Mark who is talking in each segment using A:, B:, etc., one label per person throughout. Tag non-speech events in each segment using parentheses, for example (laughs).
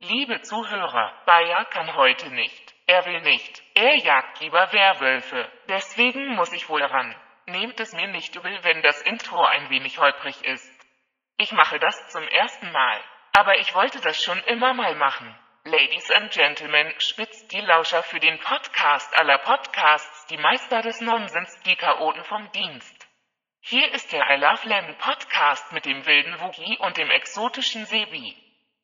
A: Liebe Zuhörer, Bayer kann heute nicht. Er will nicht. Er jagt lieber Werwölfe. Deswegen muss ich wohl ran. Nehmt es mir nicht übel, wenn das Intro ein wenig holprig ist. Ich mache das zum ersten Mal. Aber ich wollte das schon immer mal machen. Ladies and Gentlemen, spitzt die Lauscher für den Podcast aller Podcasts, die Meister des Nonsens, die Chaoten vom Dienst. Hier ist der I Love Lamb Podcast mit dem wilden Woogie und dem exotischen Sebi.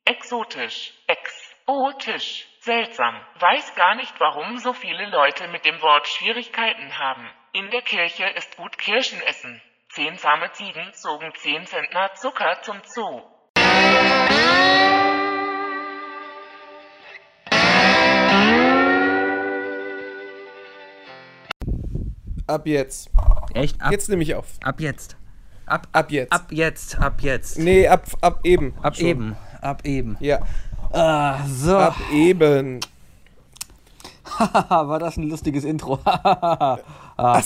A: Exotisch, exotisch, seltsam, weiß gar nicht, warum so viele Leute mit dem Wort Schwierigkeiten haben. In der Kirche ist gut Kirschen essen. Zehn zahme Ziegen zogen zehn Zentner Zucker zum Zoo.
B: Ab jetzt.
C: Echt? Ab
B: Jetzt nehme ich auf.
C: Ab jetzt. Ab,
B: Ab jetzt.
C: ab jetzt, ab jetzt.
B: Nee, ab, ab eben.
C: ab
B: Schon.
C: eben. Ab eben.
B: Ja,
C: Ah, so. (laughs)
B: ab eben.
C: War das ein lustiges Intro. (laughs) Ah,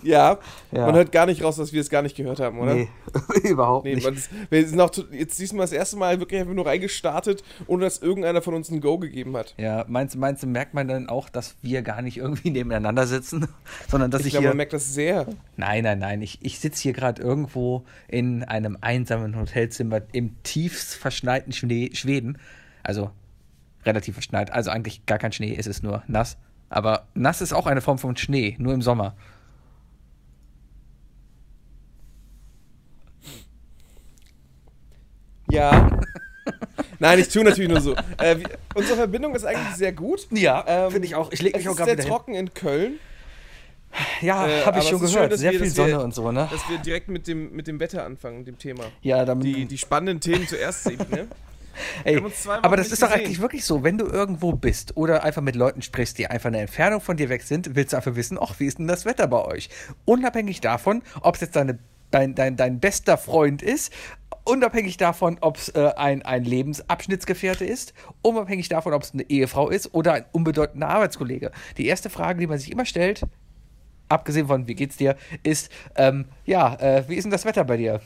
B: Ja.
C: Ja.
B: man hört gar nicht raus, dass wir es gar nicht gehört haben, oder?
C: nee, (laughs) überhaupt
B: ne? Nee,
C: nicht.
B: man ist, wir sind auch zu, jetzt diesmal das erste Mal wirklich einfach nur reingestartet, ohne dass irgendeiner von uns ein Go gegeben hat.
C: Ja, meinst, du- meinst du, merkt man dann auch, dass wir gar nicht irgendwie nebeneinander sitzen, (laughs) sondern dass
B: Ich
C: ich,
B: glaube,
C: hier...
B: man merkt das sehr.
C: Nein, nein, nein, ich, ich sitze hier gerade irgendwo in einem einsamen Hotelzimmer im tiefst verschneiten Schnee Schweden. Also relativ verschneit, also eigentlich gar kein Schnee, es ist nur nass. Aber nass ist auch eine Form von Schnee, nur im Sommer.
B: Ja. Nein, ich tue natürlich nur so. Äh, wir, unsere Verbindung ist eigentlich sehr gut.
C: Ja,
B: Ähm,
C: finde ich auch. Ich lege
B: Es
C: mich auch
B: ist
C: gerade
B: sehr
C: wieder
B: trocken in Köln,
C: hin. Ja,
B: äh,
C: habe
B: aber
C: ich schon
B: es ist schön,
C: gehört.
B: dass
C: Sehr
B: wir-
C: viel
B: dass wir-
C: Sonne und so, ne?
B: dass wir direkt mit dem, mit dem Wetter anfangen, dem Thema.
C: Ja, damit.
B: Die, die spannenden Themen zuerst sehen, ne?
C: ey,
B: haben uns zwei Wochen
C: aber das
B: nicht
C: ist doch
B: gesehen.
C: eigentlich wirklich so, wenn du irgendwo bist oder einfach mit Leuten sprichst, die einfach eine Entfernung von dir weg sind, willst du einfach wissen, ach, wie ist denn das Wetter bei euch? Unabhängig davon, ob es jetzt deine, dein, dein, dein bester Freund ist, unabhängig davon, ob es äh, ein, ein Lebensabschnittsgefährte ist, unabhängig davon, ob es eine Ehefrau ist oder ein unbedeutender Arbeitskollege. Die erste Frage, die man sich immer stellt, abgesehen von, wie geht's dir, ist, ähm, ja, äh, wie ist denn das Wetter bei dir?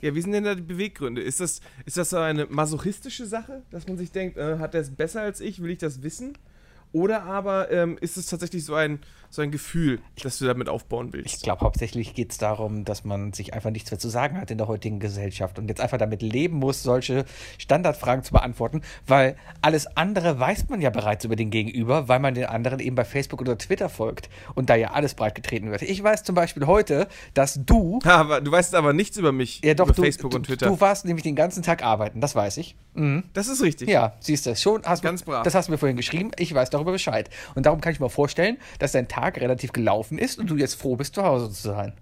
B: Ja, wie sind denn da die Beweggründe? Ist das, ist das so eine masochistische Sache, dass man sich denkt, äh, hat der es besser als ich, will ich das wissen? Oder aber ähm, ist es tatsächlich so ein, so ein Gefühl, das du damit aufbauen willst?
C: Ich glaube, hauptsächlich geht es darum, dass man sich einfach nichts mehr zu sagen hat in der heutigen Gesellschaft und jetzt einfach damit leben muss, solche Standardfragen zu beantworten, weil alles andere weiß man ja bereits über den Gegenüber, weil man den anderen eben bei Facebook oder Twitter folgt und da ja alles breitgetreten wird. Ich weiß zum Beispiel heute, dass du.
B: Ha, aber du weißt aber nichts über mich,
C: Ja, doch,
B: über
C: du,
B: Facebook
C: du,
B: und Twitter.
C: du warst nämlich den ganzen Tag arbeiten, das weiß ich.
B: das ist richtig.
C: Ja, siehst du, schon hast
B: Ganz
C: mir,
B: brav.
C: Das hast du mir vorhin geschrieben, ich weiß darüber Bescheid. Und darum kann ich mir vorstellen, dass dein Tag relativ gelaufen ist und du jetzt froh bist, zu Hause zu sein.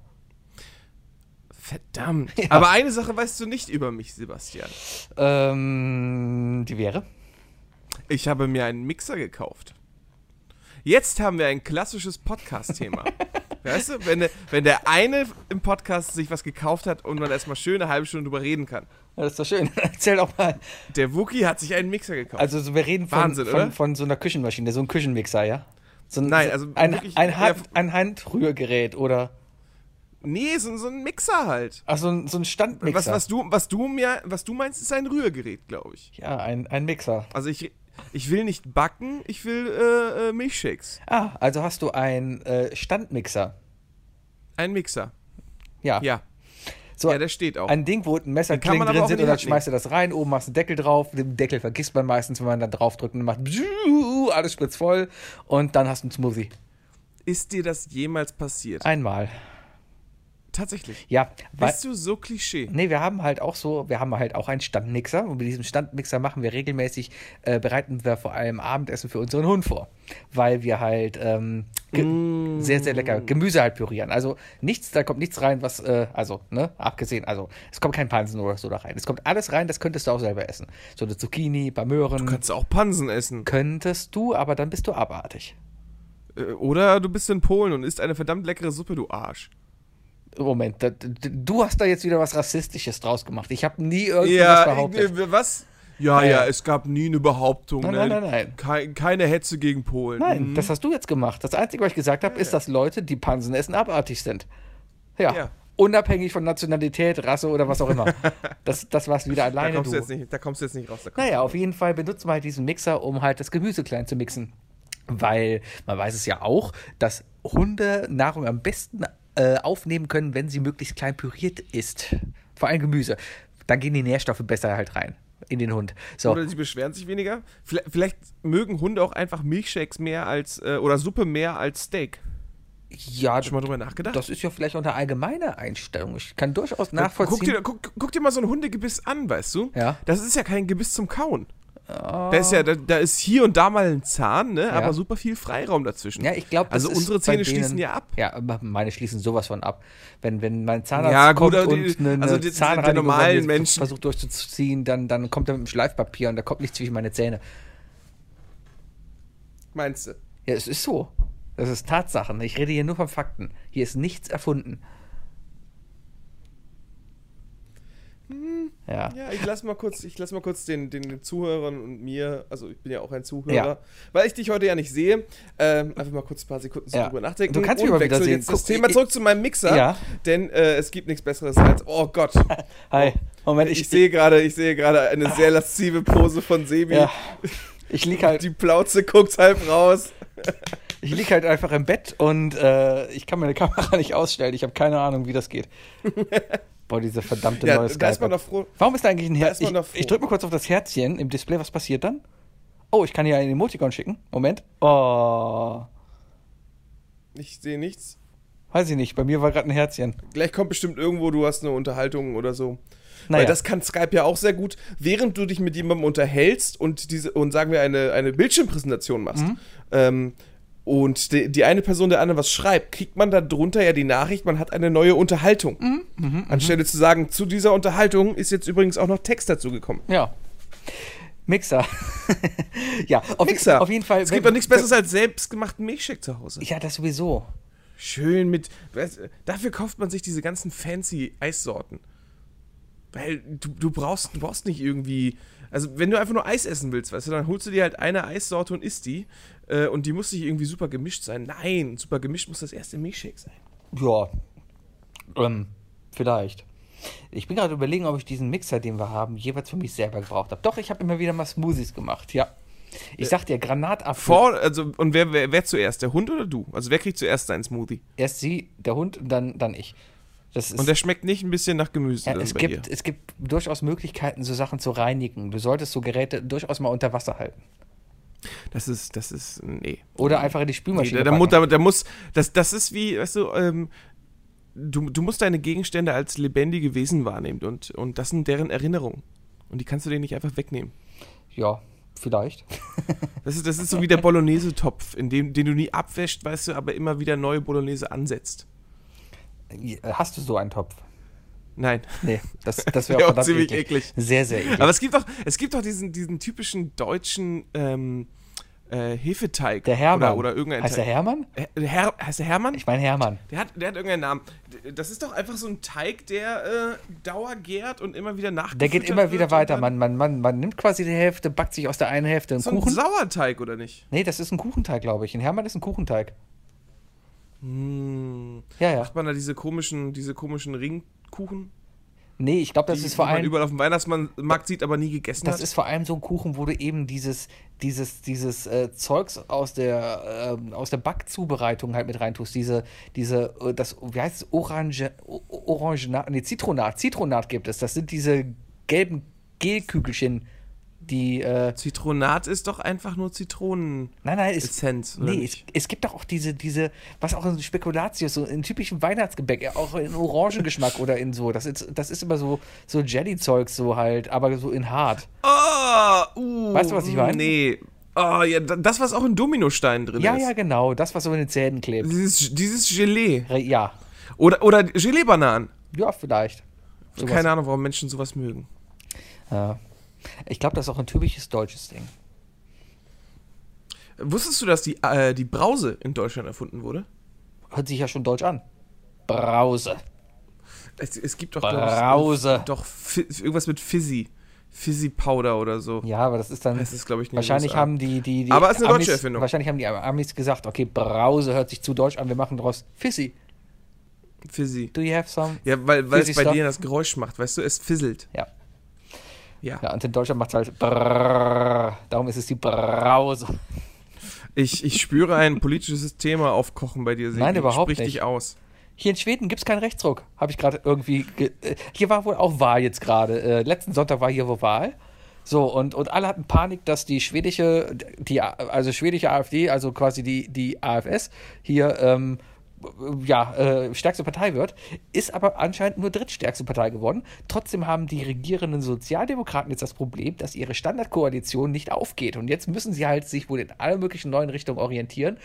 B: Verdammt. Aber eine Sache weißt du nicht über mich, Sebastian.
C: Ähm, die wäre?
B: Ich habe mir einen Mixer gekauft. Jetzt haben wir ein klassisches
C: (laughs)
B: Podcast-Thema. weißt du, wenn der, wenn der eine im Podcast sich was gekauft hat und man erstmal schön eine halbe Stunde drüber reden kann.
C: Ja, das ist doch schön. (laughs) Erzähl doch mal.
B: Der Wookie hat sich einen Mixer gekauft.
C: Also, so, wir reden von,
B: Wahnsinn, oder?
C: von, von so einer Küchenmaschine, so einem Küchenmixer, ja? So ein,
B: Nein,
C: so
B: also
C: ein,
B: wirklich-
C: ein, Hand,
B: ja.
C: ein Handrührgerät oder
B: nee, so, so ein Mixer halt.
C: ach, so, ein, so ein Standmixer.
B: Was, was, du, was, du mir, was du meinst, ist ein Rührgerät, glaube ich.
C: Ja, ein, ein Mixer.
B: Also ich, ich will nicht backen, ich will äh, äh, Milchshakes.
C: Ah, also hast du einen äh, Standmixer.
B: Ein Mixer.
C: Ja.
B: Ja,
C: so
B: ja, der steht auch.
C: ein Ding, wo ein
B: kann
C: Messerklingen
B: man aber
C: drin
B: auch in
C: sind
B: die
C: und dann
B: Hand
C: schmeißt du das rein, oben machst du einen Deckel drauf, den Deckel vergisst man meistens, wenn man dann draufdrückt und macht bzzzu, alles spritzt voll und dann hast du einen Smoothie.
B: Ist dir das jemals passiert?
C: Einmal.
B: Tatsächlich.
C: Ja, weil-
B: Bist du so Klischee?
C: Nee, wir haben halt auch so, wir haben halt auch einen Standmixer und mit diesem Standmixer machen wir regelmäßig, äh, bereiten wir vor allem Abendessen für unseren Hund vor, weil wir halt ähm, ge- sehr, sehr lecker Gemüse halt pürieren. Also nichts, da kommt nichts rein, was, äh, also, ne, abgesehen, also es kommt kein Pansen oder so da rein. Es kommt alles rein, das könntest du auch selber essen. So eine Zucchini, ein paar Möhren.
B: Kannst auch Pansen essen.
C: Könntest du, aber dann bist du abartig.
B: Äh, Oder du bist in Polen und isst eine verdammt leckere Suppe, du Arsch.
C: Moment, da, d- du hast da jetzt wieder was Rassistisches draus gemacht. Ich habe nie irgendwas
B: Ja,
C: behauptet.
B: äh, was? Ja,
C: Ja,
B: ja,
C: ja.
B: es gab nie eine Behauptung.
C: Nein,
B: ne?
C: nein, nein, nein.
B: Kei- keine Hetze gegen Polen. Hm,
C: Nein, das hast du jetzt gemacht. Das Einzige, was ich gesagt habe, ist, dass Leute, die Pansen essen, abartig sind. Ja.
B: Ja.
C: Unabhängig von Nationalität, Rasse oder was
B: (laughs)
C: auch immer. Das, das war's wieder
B: Da
C: alleine.
B: kommst, du
C: du.
B: jetzt nicht, da kommst du jetzt nicht raus. Da kommst
C: Naja, auf jeden Fall benutzt man halt diesen Mixer, um halt das Gemüse klein zu mixen. Weil man weiß es ja auch, dass Hunde Nahrung am besten äh, aufnehmen können, wenn sie möglichst klein püriert ist. Vor allem Gemüse. Dann gehen die Nährstoffe besser halt rein in den Hund. So.
B: Oder sie beschweren sich weniger. Vielleicht, vielleicht mögen Hunde auch einfach Milchshakes mehr als äh, oder Suppe mehr als Steak.
C: ja,
B: Schon mal drüber nachgedacht?
C: das ist ja vielleicht auch eine allgemeine Einstellung. Ich kann durchaus
B: Guck
C: nachvollziehen.
B: dir, guck, guck dir mal so ein Hundegebiss an, weißt du?
C: Ja.
B: Das ist ja Ah. kein Gebiss zum Kauen. Da ist ja, da, da ist hier und da mal ein Zahn, ne? Aber super viel Freiraum dazwischen.
C: Ja, ich glaube,
B: Also unsere Zähne schließen ja ab.
C: Ja, aber meine schließen sowas von ab. Wenn, wenn mein Zahnarzt
B: Ja, gut,
C: kommt
B: aber die-
C: und eine, eine
B: also die- die- die
C: Zahnreinigung
B: normalen
C: bei mir
B: Menschen-
C: versucht durchzuziehen, dann, dann kommt er mit dem Schleifpapier und da kommt nichts zwischen meine Zähne.
B: Meinst du?
C: Ja, es ist so. Das ist Tatsachen. Ich rede hier nur von Fakten. Hier ist nichts erfunden. Ja.
B: Hm. Ja, ich lass mal kurz, ich lass mal kurz den, den Zuhörern und mir, also ich bin ja auch ein Zuhörer,
C: Ja.
B: weil ich dich heute ja nicht sehe, ähm, einfach mal kurz ein paar Sekunden so
C: Ja.
B: drüber nachdenken.
C: Du kannst mich
B: und
C: mal wieder
B: wechsel
C: sehen.
B: jetzt das
C: Guck,
B: Thema
C: ich-
B: zurück zu meinem Mixer,
C: Ja.
B: denn äh, es gibt nichts besseres als oh
C: (laughs)
B: Gott.
C: Hi. Moment,
B: Oh, Ich,
C: ich,
B: sehe gerade, ich sehe gerade eine sehr laszive Pose von Sebi.
C: Ja. Ich lieg halt,
B: Die Plauze guckt halb raus.
C: ich lieg halt einfach im Bett und äh, ich kann meine (laughs) Kamera nicht ausstellen. Ich habe keine Ahnung, wie das geht.
B: (laughs)
C: Boah, diese verdammte
B: Ja,
C: neue
B: da ist man
C: Skype-App.
B: doch froh.
C: Warum ist da eigentlich ein
B: Da
C: Herz?
B: ist man
C: Ich,
B: doch froh.
C: ich drücke mal kurz auf das Herzchen im Display. Was passiert dann? Oh, ich kann hier ein Emoticon schicken. Moment. Oh.
B: Ich sehe nichts.
C: Weiß ich nicht. Bei mir war gerade ein Herzchen.
B: Gleich kommt bestimmt irgendwo, du hast eine Unterhaltung oder so.
C: Naja.
B: Weil das kann Skype ja auch sehr gut, während du dich mit jemandem unterhältst und diese und sagen wir eine, eine Bildschirmpräsentation machst.
C: Mhm.
B: Ähm, und die, die eine Person der anderen was schreibt, kriegt man da drunter ja die Nachricht, man hat eine neue Unterhaltung.
C: Mhm.
B: Anstelle zu sagen, zu dieser Unterhaltung ist jetzt übrigens auch noch Text dazu gekommen.
C: Ja. Mixer. (laughs) ja, auf,
B: Mixer.
C: auf jeden Fall.
B: Es gibt doch nichts Besseres als selbstgemachten Milchshake zu Hause.
C: Ja, das sowieso.
B: Schön mit. weißt du, Dafür kauft man sich diese ganzen fancy Eissorten. Weil du, du, brauchst, du brauchst nicht irgendwie. Also, wenn du einfach nur Eis essen willst, weißt du, dann holst du dir halt eine Eissorte und isst die. Äh, und die muss nicht irgendwie super gemischt sein. Nein, super gemischt muss das erste Milchshake sein.
C: Ja. Ähm, vielleicht. Ich bin gerade überlegen, ob ich diesen Mixer, den wir haben, jeweils für mich selber gebraucht habe. Doch, ich habe immer wieder mal Smoothies gemacht, ja. Ich sag dir, Granatapfel.
B: Äh, Vor, also, und wer, wer, wer zuerst? Der Hund oder du? Also, wer kriegt zuerst seinen Smoothie?
C: Erst sie, der Hund und dann, dann ich. Das ist
B: Und der schmeckt nicht ein bisschen nach Gemüse
C: Ja,
B: dann
C: es,
B: bei
C: gibt, es gibt durchaus Möglichkeiten, so Sachen zu reinigen. Du solltest so Geräte durchaus mal unter Wasser halten.
B: dir. Das ist, das ist, nee.
C: Oder einfach in die Spülmaschine.
B: Nee, da, da, mu-
C: packen.
B: da, da muss, das, das ist wie, weißt du, ähm, du, du musst deine Gegenstände als lebendige Wesen wahrnehmen und, und das sind deren Erinnerungen. Und die kannst du denen nicht einfach wegnehmen.
C: ja, vielleicht.
B: Das ist, das ist so wie der Bolognese-Topf, in dem, den du nie abwäscht, weißt du, aber immer wieder neue Bolognese ansetzt.
C: Äh, Hast du so einen Topf?
B: Nein.
C: Nee, das, das
B: Wär (laughs)
C: wäre
B: auch
C: auch verdammt
B: ziemlich
C: eklig.
B: eklig. Also
C: Sehr, sehr eklig.
B: Aber es gibt doch, es gibt doch diesen, diesen typischen deutschen ähm, äh, Hefeteig.
C: der Hermann.
B: Oder, oder irgendein
C: heißt der
B: Teig.
C: Hermann?
B: Her Her heißt der Hermann?
C: Ich meine Hermann.
B: Der hat, der hat irgendeinen Namen. D- Das ist doch einfach so ein Teig, der äh, dauergärt und immer wieder nachgefüttert
C: Der geht immer wieder
B: wird und
C: weiter.
B: dann-
C: Man, man, man, man nimmt quasi die Hälfte, backt sich aus der einen Hälfte einen
B: So ein
C: Kuchen.
B: Sauerteig, oder nicht?
C: nee, das ist ein Kuchenteig, glaube ich. Ein Hermann ist ein Kuchenteig.
B: Hm.
C: Ja, ja.
B: Macht man da diese komischen, diese komischen Ringkuchen,
C: Nee, ich glaube, das
B: die
C: ist vor
B: man
C: allem.
B: überall auf dem Weihnachtsmarkt sieht, aber nie gegessen
C: Das
B: hat?
C: ist vor allem so ein Kuchen, wo du eben dieses, dieses, dieses äh, Zeugs aus der, ähm, aus der Backzubereitung halt mit reintust. Diese, diese, äh, das, wie heißt es, Orange, O- Orangenat, nee, Zitronat, Zitronat gibt es. Das sind diese gelben Gelkügelchen, die, äh,
B: Zitronat ist doch einfach nur Zitronen.
C: nein, nein, es,
B: Essenz, oder
C: nee, es,
B: nicht?
C: es gibt doch auch diese, diese, was auch in Spekulatius, so in typischen Weihnachtsgebäck, ja, auch in Orangengeschmack oder in so. Das ist, das ist immer so, so Jelly-Zeugs so halt, aber so in hart.
B: Oh, uh,
C: Weißt du, was ich
B: mh,
C: meine?
B: Nee. Oh, ja, da- das, was auch in Dominosteinen drin
C: Ja,
B: ist.
C: ja, genau, das, was so in den Zähnen klebt.
B: Dieses, dieses Gelee.
C: Re- Ja,
B: Oder, oder Gelee-Bananen.
C: ja, vielleicht. Sowas.
B: Keine Ahnung, warum Menschen sowas mögen.
C: Ja. Ich glaube, das ist auch ein typisches deutsches Ding.
B: Wusstest du, dass die, äh, die Brause in Deutschland erfunden wurde?
C: Hört sich ja schon deutsch an. Brause.
B: Es, es gibt doch, glaub ich,
C: Brause.
B: doch fi- irgendwas mit Fizzy. Fizzy Powder oder so.
C: Ja, aber das ist dann.
B: Das ist, glaube ich, in den
C: wahrscheinlich
B: USA.
C: haben die, die, die.
B: Aber es ist eine
C: Amis,
B: deutsche Erfindung.
C: Wahrscheinlich haben die Amis gesagt, okay, Brause hört sich zu deutsch an, wir machen daraus Fissi.
B: Für sie.
C: Do you have some?
B: Ja, weil, weil
C: Fizzy
B: es bei
C: Stuff.
B: dir das Geräusch macht, weißt du, es fizzelt.
C: Ja.
B: Ja.
C: Ja, und in Deutschland macht es halt brrrr. Darum ist es die Brause.
B: Ich, ich spüre ein politisches Thema aufkochen bei dir. Sebi.
C: Nein, überhaupt
B: Sprich dich
C: nicht.
B: aus.
C: Hier in Schweden gibt es keinen Rechtsruck. Habe ich gerade irgendwie. Ge äh, hier war wohl auch Wahl jetzt gerade. Äh, letzten Sonntag war hier wohl Wahl. So, und, und alle hatten Panik, dass die schwedische, die, A- also schwedische AfD, also quasi die, die AFS, hier ähm, ja, äh, stärkste Partei wird, ist aber anscheinend nur drittstärkste Partei geworden. Trotzdem haben die regierenden Sozialdemokraten jetzt das Problem, dass ihre Standardkoalition nicht aufgeht. Und jetzt müssen sie halt sich wohl in alle möglichen neuen Richtungen orientieren,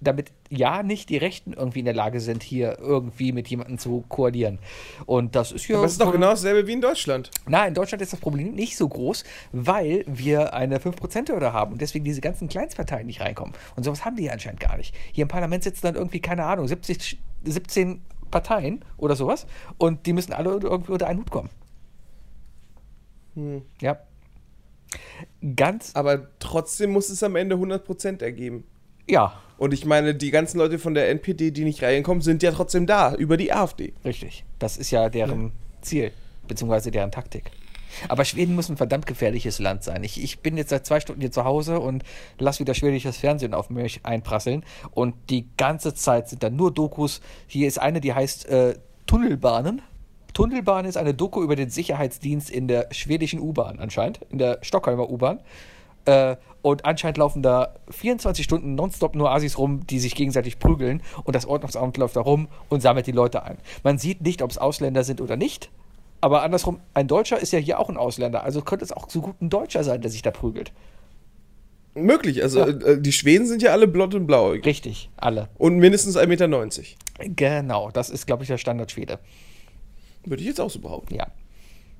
C: damit ja nicht die Rechten irgendwie in der Lage sind, hier irgendwie mit jemandem zu koalieren. Und das ist ja.
B: Aber es ist doch
C: wohl-
B: genau dasselbe wie in Deutschland.
C: na, in Deutschland ist das Problem nicht so groß, weil wir eine 5%-Hürde haben und deswegen diese ganzen Kleinstparteien nicht reinkommen. Und sowas haben die hier anscheinend gar nicht. Hier im Parlament sitzen dann irgendwie, keine Ahnung, 70, 17 Parteien oder sowas und die müssen alle irgendwie unter einen Hut kommen.
B: Hm.
C: Ja. Ganz,
B: Aber trotzdem muss es am Ende 100% ergeben.
C: ja,
B: Und ich meine, die ganzen Leute von der NPD, die nicht reinkommen, sind ja trotzdem da, über die AfD.
C: richtig. Das ist ja deren Ziel, beziehungsweise deren Taktik. Aber Schweden muss ein verdammt gefährliches Land sein. Ich, ich bin jetzt seit zwei Stunden hier zu Hause und lass wieder schwedisches Fernsehen auf mich einprasseln. Und die ganze Zeit sind da nur Dokus. Hier ist eine, die heißt äh, Tunnelbahnen. Tunnelbahn ist eine Doku über den Sicherheitsdienst in der schwedischen U-Bahn anscheinend, in der Stockholmer U-Bahn. Äh, und anscheinend laufen da 24 Stunden nonstop nur Asis rum, die sich gegenseitig prügeln. Und das Ordnungsamt läuft da rum und sammelt die Leute ein. Man sieht nicht, ob es Ausländer sind oder nicht. Aber andersrum, ein Deutscher ist ja hier auch ein Ausländer. Also könnte es auch so gut ein Deutscher sein, der sich da prügelt.
B: Möglich, also äh, die Schweden sind ja alle blond und blau
C: Richtig, alle.
B: und mindestens 1,90 Meter.
C: Genau, das ist, glaube ich, der Standardschwede.
B: Würde ich jetzt auch so behaupten.
C: Ja.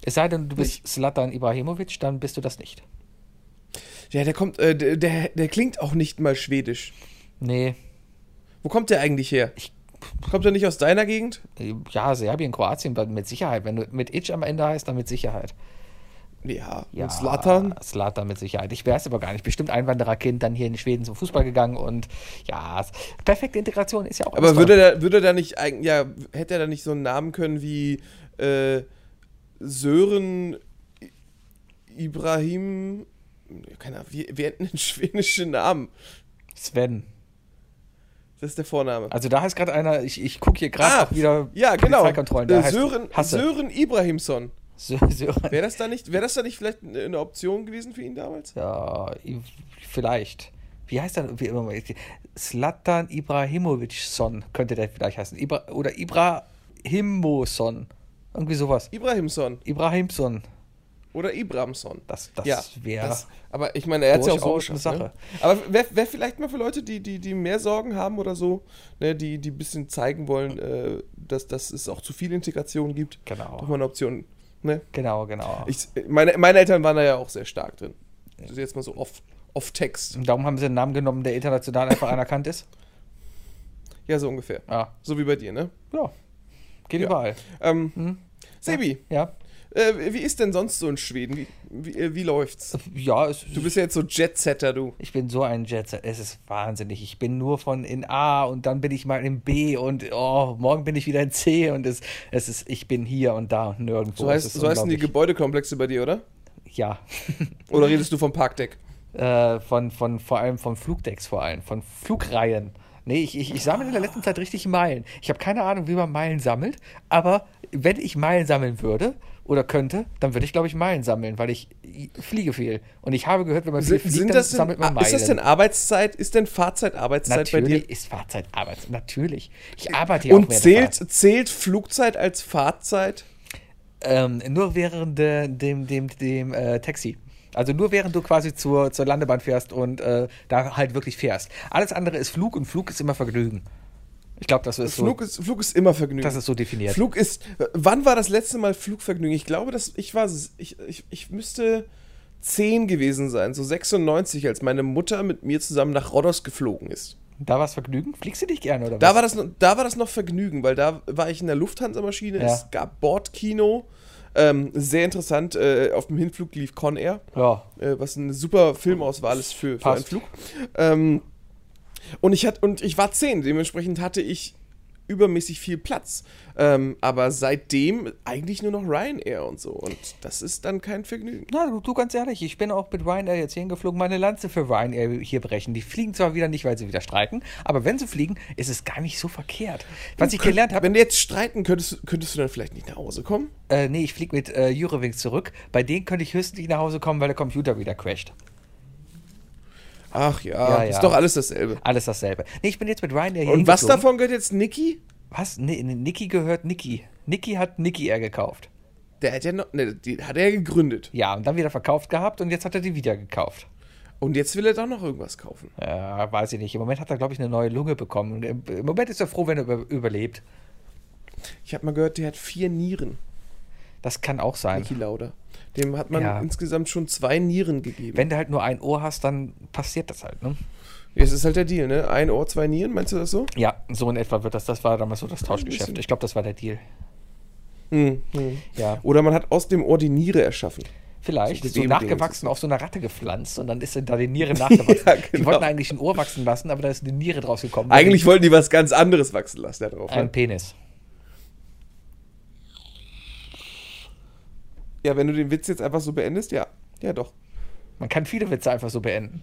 C: Es sei denn, du bist Slatan Ibrahimovic, dann bist du das nicht.
B: Ja, der kommt, äh, der, der, der klingt auch nicht mal schwedisch.
C: Nee,
B: Wo kommt der eigentlich her?
C: Ich-
B: Kommt er nicht aus deiner Gegend?
C: ja, Serbien, Kroatien, dann mit Sicherheit. Wenn du mit Itch am Ende heißt, dann mit Sicherheit.
B: Ja,
C: Ja,
B: und Slatan?
C: Slatan mit Sicherheit. Ich wäre es aber gar nicht. Bestimmt Einwandererkind, dann hier in Schweden zum Fußball gegangen und ja, s- perfekte Integration ist ja auch
B: Aber
C: was
B: würde
C: dran.
B: er, würde er da nicht eigentlich, ja, hätte er da nicht so einen Namen können wie äh, Sören I- Ibrahim? Keine Ahnung, wir, wir hätten einen (laughs) schwedischen Namen.
C: Sven.
B: Das ist der Vorname.
C: Also da heißt gerade einer, ich, ich gucke hier gerade auch wieder
B: ja, genau.
C: Polizeikontrollen. Da
B: Äh,
C: heißt
B: Sören,
C: Hasse.
B: Sören Ibrahimson.
C: Sö- Sören.
B: Wäre das, da nicht- wäre das da nicht vielleicht eine Option gewesen für ihn damals?
C: Ja, i- vielleicht. Wie heißt er? Wie, Slatan Ibrahimovic-son könnte der vielleicht heißen. Ibra, oder Ibrahimoson. Irgendwie sowas.
B: Ibrahimson
C: Ibrahimson.
B: oder Ibramson.
C: Das, das wäre.
B: das- Aber ich meine, er hat ja auch so
C: durchaus
B: geschafft,
C: eine
B: Sache. Ne? Aber wäre wär vielleicht mal für Leute, die, die, die mehr Sorgen haben oder so, ne, die, die ein bisschen zeigen wollen, äh, dass, dass es auch zu viel Integration gibt,
C: Genau.
B: doch mal eine Option. Ne?
C: Genau, genau.
B: Ich, meine, meine Eltern waren da ja auch sehr stark drin. Das ist jetzt mal so off, off Text.
C: Und darum haben sie einen Namen genommen, der international einfach anerkannt ist.
B: Ja, so ungefähr.
C: Ja.
B: So wie bei dir, ne?
C: Ja. Geht
B: Ja.
C: überall.
B: Ähm, Sebi,
C: Mhm. Ja.
B: äh, wie ist denn sonst so in Schweden? Wie, wie, äh, wie läuft's?
C: Ja, es,
B: Du bist ja jetzt so Jet-Setter, du.
C: Ich bin so ein Jetset. Es ist wahnsinnig. Ich bin nur von in A und dann bin ich mal in B und oh, morgen bin ich wieder in C und es, es ist, ich bin hier und da und nirgendwo.
B: So,
C: Es
B: heißt,
C: Oh, ist
B: so heißen die
C: unglaublich. Mhm.
B: Gebäudekomplexe bei dir, oder? (laughs)
C: Ja.
B: Oder redest du vom Parkdeck?
C: äh, von, von, vor allem von Flugdecks, vor allem, von Flugreihen. Nee, ich, ich, ich sammle in der letzten Zeit richtig Meilen. Ich habe keine Ahnung, wie man Meilen sammelt, aber wenn ich Meilen sammeln würde oder könnte, dann würde ich, glaube ich, Meilen sammeln, weil ich ich fliege viel. Und ich habe gehört, wenn man viel
B: Sind,
C: fliegt,
B: sind
C: dann
B: das denn,
C: sammelt man
B: ah,
C: Meilen.
B: ist das denn Arbeitszeit? Ist denn Fahrzeit Arbeitszeit
C: Natürlich
B: bei dir?
C: ist Fahrzeit Arbeit. Natürlich. Ich arbeite ja auch
B: Und
C: während
B: zählt,
C: der Fahrt.
B: zählt Flugzeit als Fahrzeit?
C: Ähm, nur während äh, dem, dem, dem äh, Taxi. Also nur während du quasi zur, zur Landebahn fährst und äh, da halt wirklich fährst. Alles andere ist Flug und Flug ist immer Vergnügen. Ich glaube, das ist
B: Flug,
C: so.
B: ist, Flug ist immer Vergnügen.
C: Das ist so definiert.
B: Flug ist. Wann war das letzte Mal Flugvergnügen? Ich glaube, dass ich war. Ich, ich, ich müsste 10 gewesen sein, so 96, als meine Mutter mit mir zusammen nach Rhodos geflogen ist.
C: Da war es Vergnügen? Fliegst du dich gerne oder
B: Da
C: was?
B: war, das, noch- da war das noch Vergnügen, weil da war ich in der Lufthansa-Maschine,
C: Ja.
B: es gab Bordkino. Ähm, sehr interessant, äh, auf dem Hinflug lief Con Air.
C: ja.
B: äh, was eine super Filmauswahl ist für, für einen
C: Passt.
B: Flug. Ähm, und ich hatte und ich war zehn, dementsprechend hatte ich übermäßig viel Platz. Ähm, aber seitdem eigentlich nur noch Ryanair und so. Und das ist dann kein Vergnügen.
C: Na, du, du ganz ehrlich, ich bin auch mit Ryanair jetzt hier hingeflogen, meine Lanze für Ryanair hier brechen. Die fliegen zwar wieder nicht, weil sie wieder streiken, aber wenn sie fliegen, ist es gar nicht so verkehrt. Was ich
B: Könnt-
C: gelernt habe,
B: Wenn du jetzt streiten könntest, könntest du dann vielleicht nicht nach Hause kommen?
C: äh, nee, ich fliege mit äh, Eurowings zurück. Bei denen könnte ich höchstens nicht nach Hause kommen, weil der Computer wieder crasht.
B: Ach ja,
C: Ja, ja.
B: ist doch alles dasselbe.
C: Alles dasselbe. Nee, ich bin jetzt mit Ryanair hier
B: Und was
C: hingeflogen.
B: davon gehört jetzt Niki?
C: Was? Nee, nee, Niki gehört Niki. Niki hat Niki Air gekauft.
B: Der hat ja noch, ne, die hat er ja gegründet.
C: Ja, und dann wieder verkauft gehabt und jetzt hat er die wieder gekauft.
B: Und jetzt will er doch noch irgendwas kaufen.
C: Äh, weiß ich nicht. Im Moment hat er, glaube ich, eine neue Lunge bekommen. Im im Moment ist er froh, wenn er über überlebt.
B: Ich habe mal gehört, der hat vier Nieren,
C: Das kann auch sein.
B: Niki Lauda. Dem hat man
C: Ja.
B: insgesamt schon zwei Nieren gegeben.
C: Wenn du halt nur ein Ohr hast, dann passiert das halt, ne?
B: Das ist halt der Deal, ne? Ein Ohr, zwei Nieren, meinst du das so?
C: Ja, so in etwa wird das. Das war damals so das
B: bisschen.
C: Tauschgeschäft. Ich glaube, das war der Deal.
B: Hm, hm.
C: Ja,
B: Oder man hat aus dem Ohr die Niere erschaffen.
C: vielleicht.
B: So
C: So
B: Gewebe-Dings ist
C: nachgewachsen auf so einer Ratte gepflanzt und dann ist dann da die Niere nachgewachsen.
B: (laughs) Ja,
C: Die
B: genau.
C: wollten eigentlich ein Ohr wachsen lassen, aber da ist eine Niere draus gekommen.
B: Eigentlich wollten die was ganz anderes wachsen lassen da drauf.
C: ein
B: Ne?
C: Penis.
B: Ja, wenn du den Witz jetzt einfach so beendest, ja. Ja, doch.
C: Man kann viele Witze einfach so beenden.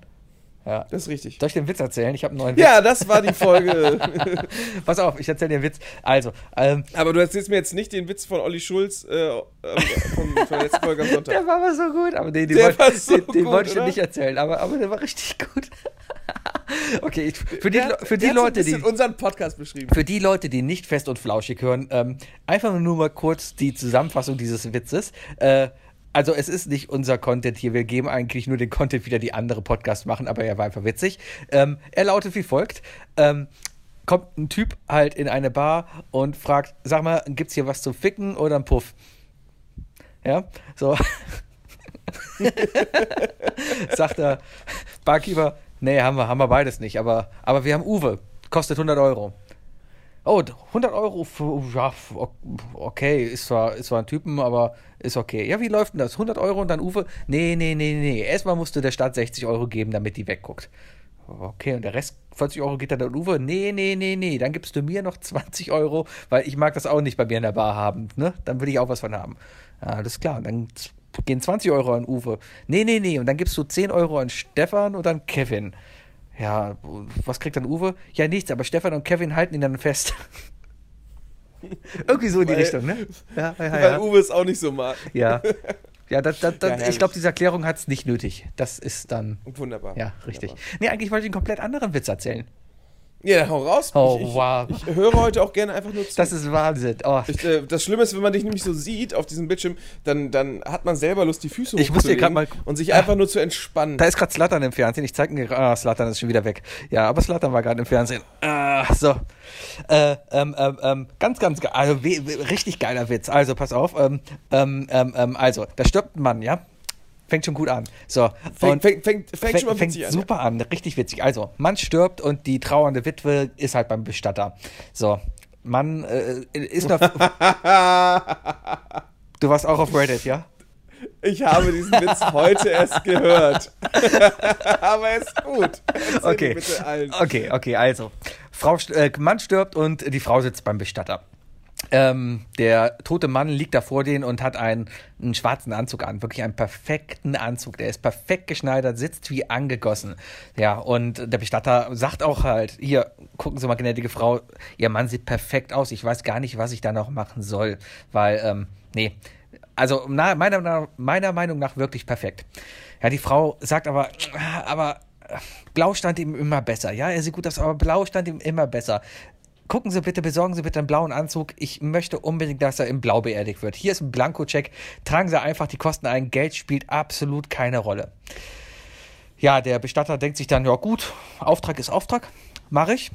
C: Ja.
B: Das ist richtig.
C: Soll ich den Witz erzählen? Ich habe einen neuen
B: Ja, das war die Folge. (laughs)
C: Witz. Pass auf, ich erzähle dir einen Witz. Also, ähm,
B: Aber du erzählst mir jetzt nicht den Witz von Olli Schulz äh, äh, von, von der letzten Folge am Sonntag.
C: Der war aber so gut. Aber den, den,
B: Der
C: wollt,
B: war so
C: den, den
B: gut,
C: wollte ich dir
B: oder?
C: nicht erzählen, aber, aber der war richtig gut. (laughs) okay, ich, für die,
B: Der
C: Le-
B: hat-
C: für die
B: der hat so ein
C: Leute, die.
B: bisschen unseren Podcast beschrieben.
C: Für die Leute, die nicht fest und flauschig hören, ähm, einfach nur mal kurz die Zusammenfassung dieses Witzes. Äh, also es ist nicht unser Content hier, wir geben eigentlich nur den Content wieder, die andere Podcasts machen, aber er war einfach witzig. Ähm, er lautet wie folgt. Ähm, kommt ein Typ halt in eine Bar und fragt, sag mal, gibt's hier was zum Ficken oder einen Puff? Ja, so. (laughs) Sagt der Barkeeper, nee, haben wir, haben wir beides nicht, aber, aber wir haben Uwe, kostet 100 Euro. Oh, 100 Euro, für, ja, f- okay, ist zwar, ist zwar ein Typen, aber ist okay. Ja, wie läuft denn das? 100 Euro und dann Uwe? Nee, nee, nee, nee, erstmal musst du der Stadt 60 Euro geben, damit die wegguckt. Okay, und der Rest, 40 Euro geht dann an Uwe? Nee, nee, nee, nee, dann gibst du mir noch 20 Euro, weil ich mag das auch nicht bei mir in der Bar haben, ne? Dann will ich auch was von haben. Ja, alles klar, und dann z- gehen 20 Euro an Uwe. Nee, nee, nee, und dann gibst du 10 Euro an Stefan und an Kevin. Ja, was kriegt dann Uwe? Ja, nichts, aber Stefan und Kevin halten ihn dann fest. Irgendwie so in die
B: Weil-
C: Richtung, ne? Ja, ja,
B: Weil Uwe es auch nicht so mag.
C: ja. Ja, das, das,
B: Ja,
C: das,
B: herrlich.
C: ich glaube, diese Erklärung hat es nicht nötig. Das ist dann,
B: Wunderbar.
C: ja, richtig. Nee, eigentlich wollte ich einen komplett anderen Witz erzählen.
B: Wunderbar. Ja, dann hau raus.
C: Oh,
B: ich,
C: wow.
B: ich, ich höre heute auch gerne einfach nur zu.
C: Das ist Wahnsinn. Oh.
B: ich, äh, das Schlimme ist, wenn man dich nämlich so sieht auf diesem Bildschirm, dann, dann hat man selber Lust, die Füße
C: Ich muss dir
B: hochzulegen
C: grad mal-
B: und sich einfach nur zu entspannen.
C: Da ist gerade Slattern im Fernsehen. Ich zeige mir, ah, Slattern ist schon wieder weg. Ja, aber Slattern war gerade im Fernsehen. Ah, so. Äh, ähm, ähm, ähm, ganz, ganz geil. Also, we, we, richtig geiler Witz. Also, pass auf. Ähm, ähm, ähm, ähm, also, da stirbt ein Mann, ja? Fängt schon gut an. So.
B: Fängt,
C: und-
B: fängt, fängt, fängt,
C: fängt,
B: schon mal
C: fängt
B: witzig an. ja.
C: super an, richtig witzig. Also, Mann stirbt und die trauernde Witwe ist halt beim Bestatter. So, Mann äh, ist
B: (laughs)
C: noch. du warst auch auf Reddit, ja?
B: Ich habe diesen Witz heute erst
C: (laughs)
B: gehört. Aber er ist gut. Erzähl ihn
C: Okay.
B: Bitte allen.
C: Okay, okay, also. Frau, st- äh, Mann stirbt und die Frau sitzt beim Bestatter. Ähm, der tote Mann liegt da vor denen und hat einen, einen schwarzen Anzug an, wirklich einen perfekten Anzug. Der ist perfekt geschneidert, sitzt wie angegossen. Ja, und der Bestatter sagt auch halt, hier, gucken Sie mal, gnädige Frau, Ihr Mann sieht perfekt aus. Ich weiß gar nicht, was ich da noch machen soll, weil, ähm, nee, also na, meiner, na- meiner Meinung nach wirklich perfekt. Ja, die Frau sagt aber, aber äh, blau stand ihm immer besser. Ja, er sieht gut aus, aber blau stand ihm immer besser. Gucken Sie bitte, besorgen Sie bitte einen blauen Anzug. Ich möchte unbedingt, dass er im Blau beerdigt wird. Hier ist ein Blankocheck. Tragen Sie einfach die Kosten ein. Geld spielt absolut keine Rolle. Ja, der Bestatter denkt sich dann, ja gut, Auftrag ist Auftrag, mache ich.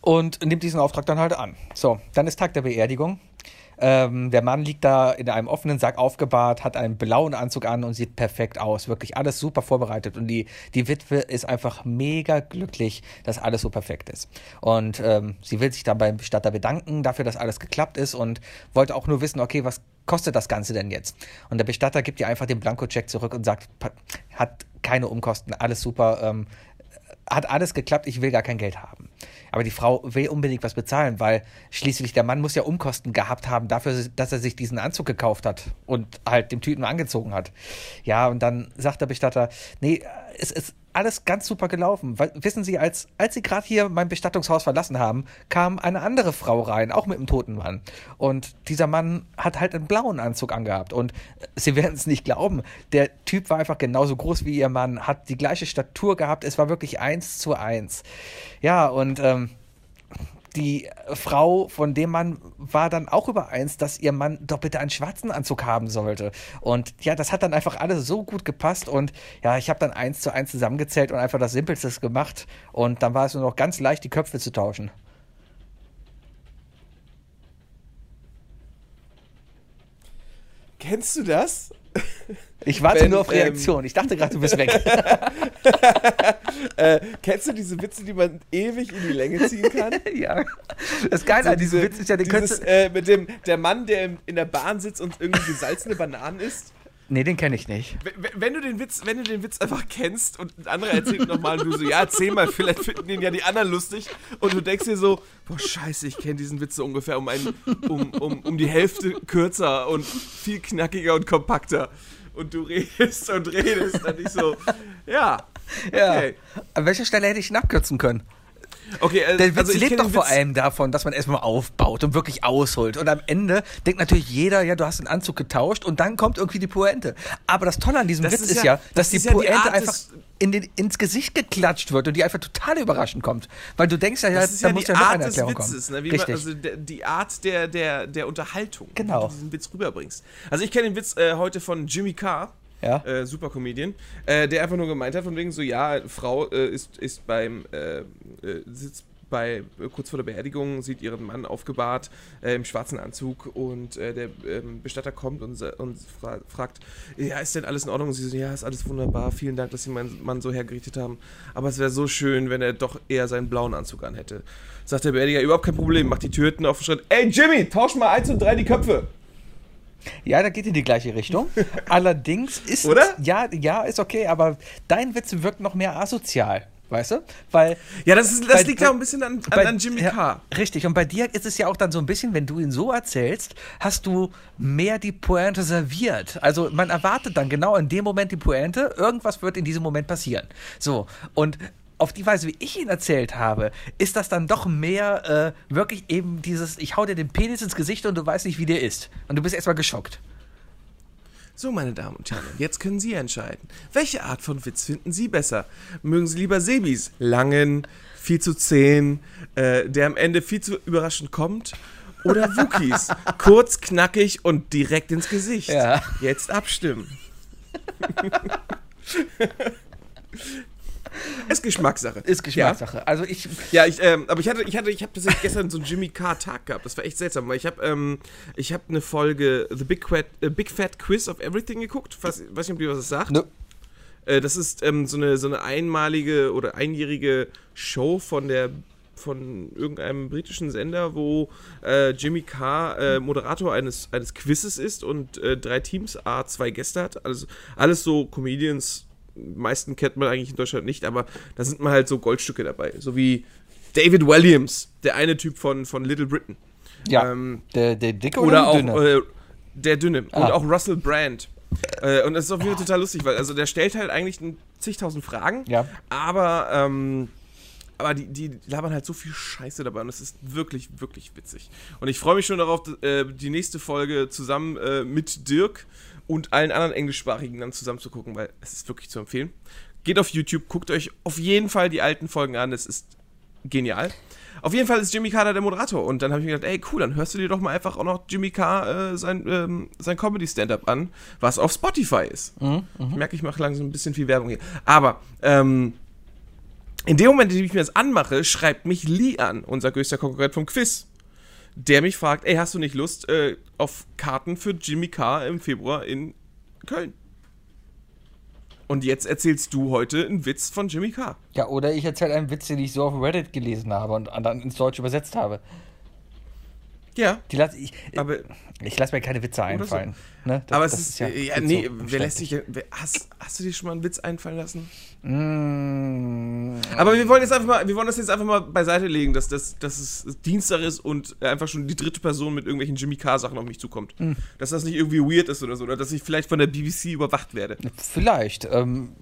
C: Und nimmt diesen Auftrag dann halt an. So, dann ist Tag der Beerdigung. Ähm, der Mann liegt da in einem offenen Sack aufgebahrt, hat einen blauen Anzug an und sieht perfekt aus. Wirklich alles super vorbereitet. Und die, die Witwe ist einfach mega glücklich, dass alles so perfekt ist. Und ähm, sie will sich dann beim Bestatter bedanken dafür, dass alles geklappt ist und wollte auch nur wissen, okay, was kostet das Ganze denn jetzt? Und der Bestatter gibt ihr einfach den Blankocheck zurück und sagt, pa- hat keine Umkosten, alles super. Ähm, hat alles geklappt, ich will gar kein Geld haben. Aber die Frau will unbedingt was bezahlen, weil schließlich der Mann muss ja Umkosten gehabt haben dafür, dass er sich diesen Anzug gekauft hat und halt dem Typen angezogen hat. Ja, und dann sagt der Bestatter, nee, es ist alles ganz super gelaufen. Weil, wissen Sie, als, als Sie gerade hier mein Bestattungshaus verlassen haben, kam eine andere Frau rein, auch mit einem toten Mann. Und dieser Mann hat halt einen blauen Anzug angehabt. Und äh, Sie werden es nicht glauben, der Typ war einfach genauso groß wie Ihr Mann, hat die gleiche Statur gehabt. Es war wirklich eins zu eins. Ja, und ähm, die Frau von dem Mann war dann auch übereins, dass ihr Mann doch bitte einen schwarzen Anzug haben sollte. Und ja, das hat dann einfach alles so gut gepasst. Und ja, ich habe dann eins zu eins zusammengezählt und einfach das Simpelste gemacht. Und dann war es nur noch ganz leicht, die Köpfe zu tauschen.
B: Kennst du das?
C: Ich warte
B: Wenn,
C: nur auf
B: ähm,
C: Reaktion. ich dachte gerade, du
B: (laughs)
C: bist weg.
B: Äh, kennst du diese Witze, die man ewig in die Länge ziehen kann?
C: ja. Das Geile an diesem
B: Diese-
C: Witz ist ja, den
B: dieses,
C: (laughs) könntest
B: äh, mit dem der Mann, der im, in der Bahn sitzt und irgendwie gesalzene Bananen isst.
C: Nee, den kenne ich nicht.
B: W- w- Wenn du den Witz, wenn du den Witz einfach kennst und ein anderer erzählt nochmal und du so, ja, erzähl mal, vielleicht finden den ja die anderen lustig und du denkst dir so, boah, scheiße, ich kenne diesen Witz so ungefähr um, einen, um, um, um die Hälfte kürzer und viel knackiger und kompakter. Und du redest und redest und ich so, ja, okay.
C: Ja. An welcher Stelle hätte ich ihn abkürzen können?
B: Okay, äh,
C: Der Witz
B: also ich kenn
C: lebt doch
B: den
C: vor
B: Witz-
C: allem davon, dass man erstmal aufbaut und wirklich ausholt. Und am Ende denkt natürlich jeder, ja, du hast den Anzug getauscht und dann kommt irgendwie die Pointe. Aber das Tolle an diesem
B: Das
C: Witz
B: ist
C: ist
B: ja-
C: ja, dass
B: das
C: die
B: ist ja die
C: Pointe
B: Art
C: einfach
B: des-
C: in den, ins Gesicht geklatscht wird und die einfach total überraschend kommt. Weil du denkst ja, ja
B: Das ist
C: da
B: ja
C: muss
B: die
C: ja noch
B: Art
C: eine
B: des
C: Erklärung
B: Witzes,
C: kommen.
B: ne? Wie man,
C: Richtig.
B: also der, die Art der, der, der Unterhaltung,
C: Genau.
B: wie du diesen Witz rüberbringst. Also ich kenne den Witz äh, heute von Jimmy Carr,
C: Ja.
B: äh, super Comedian, äh, der einfach nur gemeint hat, von wegen so, ja, Frau äh, ist, ist beim, äh, äh, sitzt bei, äh, kurz vor der Beerdigung, sieht ihren Mann aufgebahrt äh, im schwarzen Anzug und äh, der ähm, Bestatter kommt und, sa- und fra fragt, ja, ist denn alles in Ordnung? Und sie so, ja, ist alles wunderbar, vielen Dank, dass Sie meinen Mann so hergerichtet haben, aber es wäre so schön, wenn er doch eher seinen blauen Anzug anhätte. Sagt der Beerdiger, überhaupt kein Problem, macht die Türten auf und schreit, ey Jimmy, tausch mal eins und drei die Köpfe.
C: Ja, da geht in die
B: (laughs)
C: gleiche Richtung. Allerdings ist
B: Oder?
C: ja, ja, ist okay, aber dein Witz wirkt noch mehr asozial, weißt du? Weil
B: Ja, das, ist, das
C: Bei-
B: liegt
C: bei-
B: ja auch ein bisschen an, an,
C: Bei-
B: an Jimmy
C: ja,
B: Carr.
C: Richtig, und bei dir ist es ja auch dann so ein bisschen, wenn du ihn so erzählst, hast du mehr die Pointe serviert. Also man erwartet dann genau in dem Moment die Pointe, irgendwas wird in diesem Moment passieren. So, und auf die Weise, wie ich ihn erzählt habe, ist das dann doch mehr äh, wirklich eben dieses, ich hau dir den Penis ins Gesicht und du weißt nicht, wie der ist. Und du bist erstmal geschockt.
B: So, meine Damen und Herren, jetzt können Sie entscheiden. Welche Art von Witz finden Sie besser? Mögen Sie lieber Sebis? Langen, viel zu zähen, äh, der am Ende viel zu überraschend kommt? Oder
C: (laughs)
B: Wookies? Kurz, knackig und direkt ins Gesicht.
C: Ja.
B: Jetzt
C: (laughs)
B: abstimmen. ist Geschmackssache.
C: Ist Geschmackssache. Also ich,
B: Ja, ich, ähm, aber ich hatte, ich hatte, ich habe tatsächlich gestern so einen Jimmy Carr Tag gehabt. Das war echt seltsam, weil ich habe, ähm, ich habe eine Folge The Big Fat, äh, Big Fat Quiz of Everything geguckt. Was, weiß nicht, ob dir was das sagt.
C: Nö.
B: Äh, das ist ähm, so eine so eine einmalige oder einjährige Show von der von irgendeinem britischen Sender, wo äh, Jimmy Carr äh, Moderator eines, eines Quizzes ist und äh, drei Teams, A, zwei Gäste hat. Also alles so Comedians, meisten kennt man eigentlich in Deutschland nicht, aber da sind mal halt so Goldstücke dabei. So wie David Williams, der eine Typ von, von Little Britain.
C: ja,
B: Ähm,
C: der, der dicke oder,
B: Oder
C: der
B: auch
C: dünne?
B: äh, der Dünne. Und
C: Ah.
B: auch Russell Brand. Äh, und das ist auf jeden Fall total lustig, weil also der stellt halt eigentlich ein zigtausend Fragen,
C: Ja.
B: aber, ähm, aber die, die labern halt so viel Scheiße dabei und es ist wirklich, wirklich witzig. Und ich freue mich schon darauf, äh, die nächste Folge zusammen äh, mit Dirk und allen anderen Englischsprachigen dann zusammen zu gucken, weil es ist wirklich zu empfehlen. Geht auf YouTube, guckt euch auf jeden Fall die alten Folgen an, es ist genial. Auf jeden Fall ist Jimmy Carr da der Moderator und dann habe ich mir gedacht, ey cool, dann hörst du dir doch mal einfach auch noch Jimmy Carr äh, sein, ähm, sein Comedy-Stand-up an, was auf Spotify ist. Ich merke, ich mache langsam ein bisschen viel Werbung hier. Aber ähm, in dem Moment, in dem ich mir das anmache, schreibt mich Lee an, unser größter Konkurrent vom Quiz, der mich fragt, ey, hast du nicht Lust äh, auf Karten für Jimmy Carr im Februar in Köln? Und jetzt erzählst du heute einen Witz von Jimmy Carr.
C: Ja, oder ich erzähle einen Witz, den ich so auf Reddit gelesen habe und dann ins Deutsche übersetzt habe.
B: Ja,
C: Die lass, ich
B: aber...
C: ich lasse mir keine Witze einfallen. Ne? Das-
B: Aber es
C: das
B: ist, äh, ja, ja
C: viel
B: nee,
C: zu
B: wer lässt sich
C: umständlich. Hm,
B: denn, wer, hast, hast du dir schon mal einen Witz einfallen lassen? Aber wir wollen jetzt einfach mal, wir wollen das jetzt einfach mal beiseite legen, dass, das, dass es Dienstag ist und einfach schon die dritte Person mit irgendwelchen Jimmy Carr-Sachen auf mich zukommt.
C: Hm.
B: Dass das nicht irgendwie weird ist oder so, oder dass ich vielleicht von der BBC überwacht werde.
C: Vielleicht. Ähm,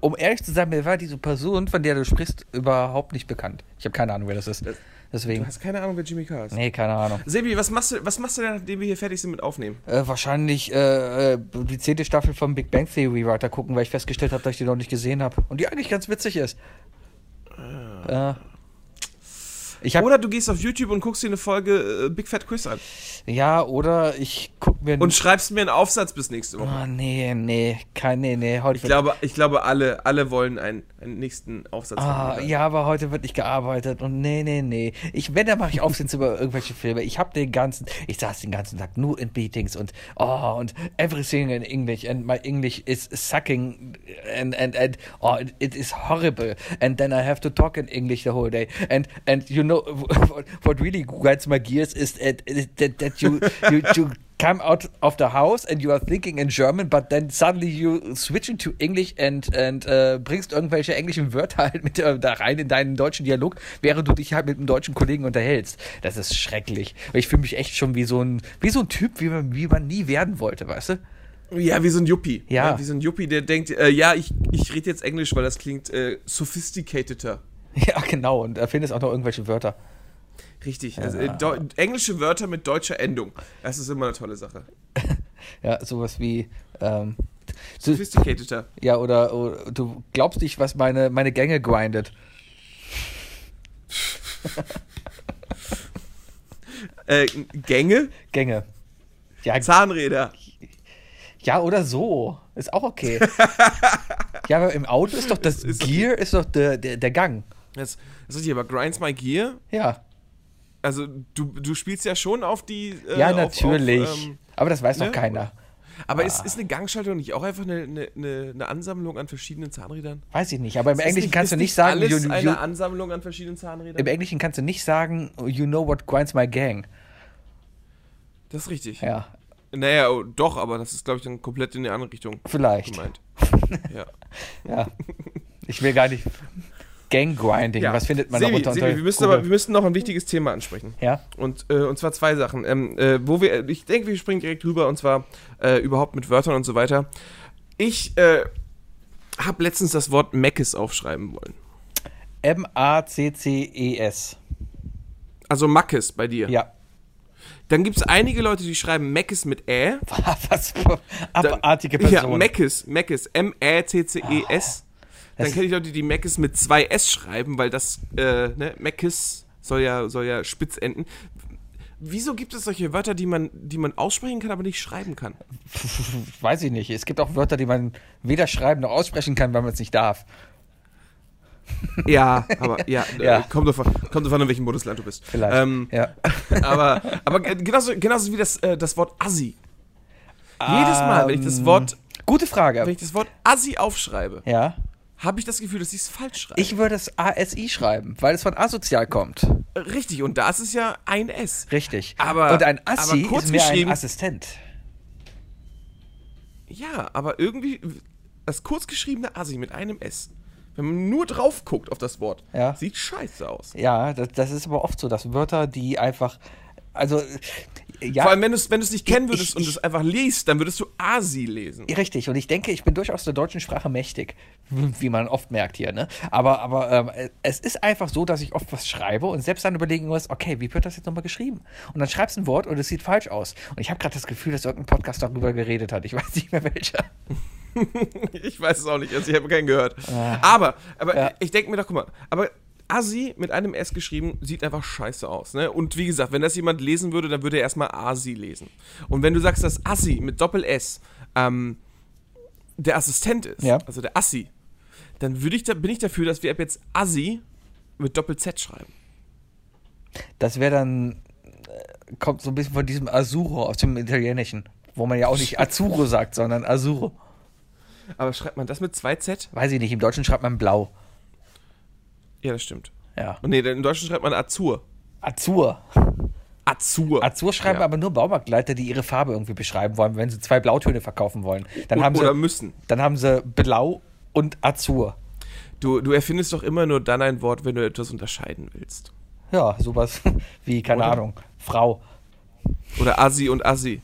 C: um ehrlich zu sein, mir war diese Person, von der du sprichst, überhaupt nicht bekannt. Ich habe keine Ahnung, wer das ist.
B: Du
C: Deswegen.
B: hast keine Ahnung, wer Jimmy Carr ist.
C: Nee, keine Ahnung.
B: Sebi, was machst du, was machst du denn, nachdem wir hier fertig sind mit Aufnehmen?
C: Äh, wahrscheinlich äh, äh, die zehnte Staffel von Big Bang Theory weiter gucken, weil ich festgestellt habe, dass ich die noch nicht gesehen habe. Und die eigentlich ganz witzig ist. Äh, ich hab,
B: Oder du gehst auf YouTube und guckst dir eine Folge äh, Big Fat Quiz an
C: ja, oder ich guck mir.
B: und schreibst mir einen Aufsatz bis nächste Woche.
C: Hm. Ah, nee, nee, kein, nee, nee, heute
B: Ich glaube, ich glaube alle, alle wollen einen, einen nächsten Aufsatz
C: Ah,
B: haben.
C: ja, aber heute wird nicht gearbeitet und nee, nee, nee. Ich, wenn, dann mache ich Aufsehen (laughs) über irgendwelche Filme. Ich habe den ganzen, ich saß den ganzen Tag nur in Meetings und oh, und everything in English and my English is sucking and, and, and oh, it, it is horrible and then I have to talk in English the whole day and, and you know, (laughs) what, what really grinds my gears is that, that, that you, you, you come out of the house and you are thinking in German, but then suddenly you switch into English and, and äh, bringst irgendwelche englischen Wörter halt mit äh, da rein in deinen deutschen Dialog, während du dich halt mit einem deutschen Kollegen unterhältst. Das ist schrecklich. Ich fühle mich echt schon wie so ein, wie so ein Typ, wie man, wie man nie werden wollte, weißt du? (laughs)
B: Ja, wie so ein Yuppie.
C: Ja.
B: wie so ein Yuppie, der denkt, äh, ja, ich, ich rede jetzt Englisch, weil das klingt äh, sophisticateter.
C: Ja, genau. Und erfindest auch noch irgendwelche Wörter.
B: Richtig. Also, äh, deu- englische Wörter mit deutscher Endung. Das ist immer eine tolle Sache.
C: Ja, sowas wie, ähm, so,
B: Sophisticateter.
C: ja, oder, oder du glaubst nicht, was meine, meine Gänge grindet.
B: Äh, Gänge,
C: Gänge. Ja,
B: Zahnräder.
C: Ja, oder so. Ist
B: (laughs)
C: auch okay. ja, aber im Auto ist doch das Gear, ist doch der, der, der Gang.
B: Das, das ist hier, aber Grinds My Gear.
C: Ja,
B: Also, du, du spielst ja schon auf die. äh,
C: ja,
B: auf-
C: natürlich. Ah.
B: Auf, ähm,
C: aber das weiß
B: ne?
C: doch keiner.
B: aber ist, ist eine Gangschaltung nicht auch einfach eine, eine, eine, eine Ansammlung an verschiedenen Zahnrädern?
C: Weiß ich nicht. Aber im
B: Ist
C: Englischen kannst
B: ist
C: du nicht sagen, you,
B: Alles
C: you,
B: eine Ansammlung an verschiedenen
C: im
B: Zahnrädern.
C: Englischen kannst du nicht sagen, you know what grinds my gang.
B: Das ist richtig.
C: Ja,
B: Naja, oh, doch, aber das ist, glaube ich, dann komplett in die andere Richtung
C: vielleicht. (laughs)
B: gemeint. Ja.
C: Ja. Ich will gar nicht. Gang grinding. Was findet man
B: Sebi,
C: da unter, unter
B: Sebi, wir, müssen
C: Google?
B: aber, wir müssen noch ein wichtiges Thema ansprechen.
C: Ja.
B: Und, äh, und zwar zwei Sachen. Ähm, äh, wo wir, ich denke, wir springen direkt rüber und zwar äh, überhaupt mit Wörtern und so weiter. Ich äh, habe letztens das Wort Meckes aufschreiben wollen.
C: M-A-C-C-E-S.
B: Also Mackes bei dir.
C: E Ja. (laughs)
B: Dann gibt es einige Leute, die schreiben Meckes mit Ä.
C: Was für abartige
B: Dann-
C: Person. Ah,
B: Ja, Meckes, Meckes, M-Ä-C-C-E-S. Dann
C: Das-
B: kenne ich Leute, die Meckes mit zwei S schreiben, weil das, äh, ne, Meckes soll ja, soll ja spitz enden. Wieso gibt es solche Wörter, die man, die man aussprechen kann, aber nicht schreiben
C: (laughs)
B: kann?
C: Weiß ich nicht. Es gibt auch Wörter, die man weder schreiben noch aussprechen kann, weil man es nicht darf.
B: Ja, aber ja,
C: Ja.
B: Äh, kommt davon, kommt davon, in welchem Bundesland du bist.
C: Vielleicht.
B: Ähm,
C: ja.
B: aber aber ge- genauso, genauso wie das, äh, das Wort Assi. Jedes Mal, wenn ich
C: Ähm.
B: das Wort,
C: Gute Frage.
B: wenn ich das Wort Assi aufschreibe,
C: ja.
B: habe ich das Gefühl, dass ich es falsch schreibe.
C: Ich würde es ASI schreiben, weil es von asozial kommt.
B: Richtig, und das ist ja ein S.
C: Richtig.
B: Aber-
C: Und ein Assi
B: aber kurz
C: ist mehr ein
B: geschrieben-
C: Assistent.
B: Ja, aber irgendwie das kurzgeschriebene Assi mit einem S. Wenn man nur drauf guckt auf das Wort,
C: Ja.
B: sieht scheiße aus.
C: Ja, das, das ist aber oft so, dass Wörter, die einfach. Also, ja.
B: Vor allem, wenn du es wenn du's nicht kennen
C: Ich-
B: würdest
C: ich-
B: und es einfach liest, dann würdest du Asi lesen.
C: Richtig, und ich denke, ich bin durchaus der deutschen Sprache mächtig, wie man oft merkt hier, ne? Aber, aber ähm, es ist einfach so, dass ich oft was schreibe und selbst dann überlegen muss, okay, wie wird das jetzt nochmal geschrieben? Und dann schreibst du ein Wort und es sieht falsch aus. Und ich habe gerade das Gefühl, dass irgendein Podcast darüber geredet hat. Ich weiß nicht mehr welcher.
B: Ich weiß es auch nicht, also ich habe keinen gehört. Aber, aber
C: Ah. Ja.
B: ich denke mir doch, guck mal, aber Asi mit einem S geschrieben sieht einfach scheiße aus. Ne? Und wie gesagt, wenn das jemand lesen würde, dann würde er erstmal Asi lesen. Und wenn du sagst, dass Assi mit Doppel-S ähm, der Assistent ist,
C: Ja.
B: also der Assi, dann würde ich da, bin ich dafür, dass wir ab jetzt Asi mit Doppel-Z schreiben.
C: Das wäre dann, äh, kommt so ein bisschen von diesem Azzurro aus dem Italienischen, wo man ja auch nicht Azzurro sagt, sondern Azzurro.
B: Aber schreibt man das mit zwei Z?
C: Weiß ich nicht, im Deutschen schreibt man blau.
B: Ja, das stimmt.
C: Ja.
B: Und nee, in Deutschland schreibt man Azur.
C: Azur.
B: Azur.
C: Azur schreiben
B: Ja.
C: aber nur Baumarktleiter, die ihre Farbe irgendwie beschreiben wollen, wenn sie zwei Blautöne verkaufen wollen. Dann
B: Und-
C: haben
B: Oder
C: sie,
B: müssen.
C: dann haben sie Blau und Azur.
B: Du, du erfindest doch immer nur dann ein Wort, wenn du etwas unterscheiden willst.
C: Ja, sowas (laughs) wie, keine
B: Oder?
C: Ahnung, Frau.
B: Oder Assi und Assi.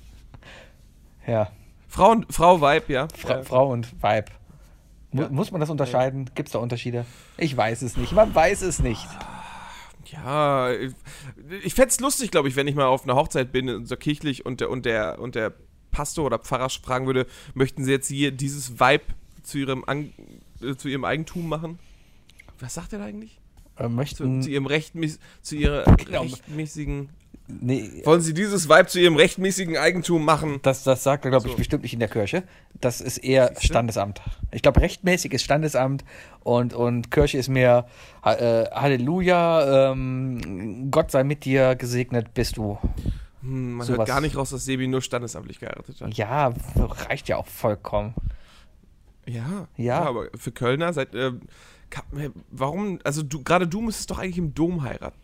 C: Ja,
B: Frau, und, Frau, Weib, ja.
C: Fra
B: ja.
C: Frau und Weib. Mu Muss man das unterscheiden? Gibt es da Unterschiede? Ich weiß es nicht. Man weiß es nicht.
B: Ja, ich, ich fänd's lustig, glaube ich, wenn ich mal auf einer Hochzeit bin, so kirchlich und der, und der, und der Pastor oder Pfarrer fragen würde, möchten Sie jetzt hier dieses Weib zu ihrem, An äh, zu ihrem Eigentum machen? Was sagt er da eigentlich?
C: Äh,
B: Zu,
C: möchten.
B: zu ihrem rechtmäß zu ihrer
C: Genau.
B: rechtmäßigen.
C: Nee,
B: Wollen Sie dieses Weib zu ihrem rechtmäßigen Eigentum machen?
C: das, das sagt er, glaube ich,
B: So.
C: bestimmt nicht in der Kirche. Das ist eher
B: Siehste?
C: Standesamt. Ich glaube, rechtmäßig ist Standesamt und, und Kirche ist mehr ha- äh, Halleluja, ähm, Gott sei mit dir, gesegnet bist du.
B: Hm, man
C: Sowas.
B: hört gar nicht raus, dass Sebi nur standesamtlich geheiratet hat.
C: Ja, reicht ja auch vollkommen.
B: Ja,
C: Ja.
B: aber für Kölner seit äh, ka- warum also du gerade du müsstest doch eigentlich im Dom heiraten.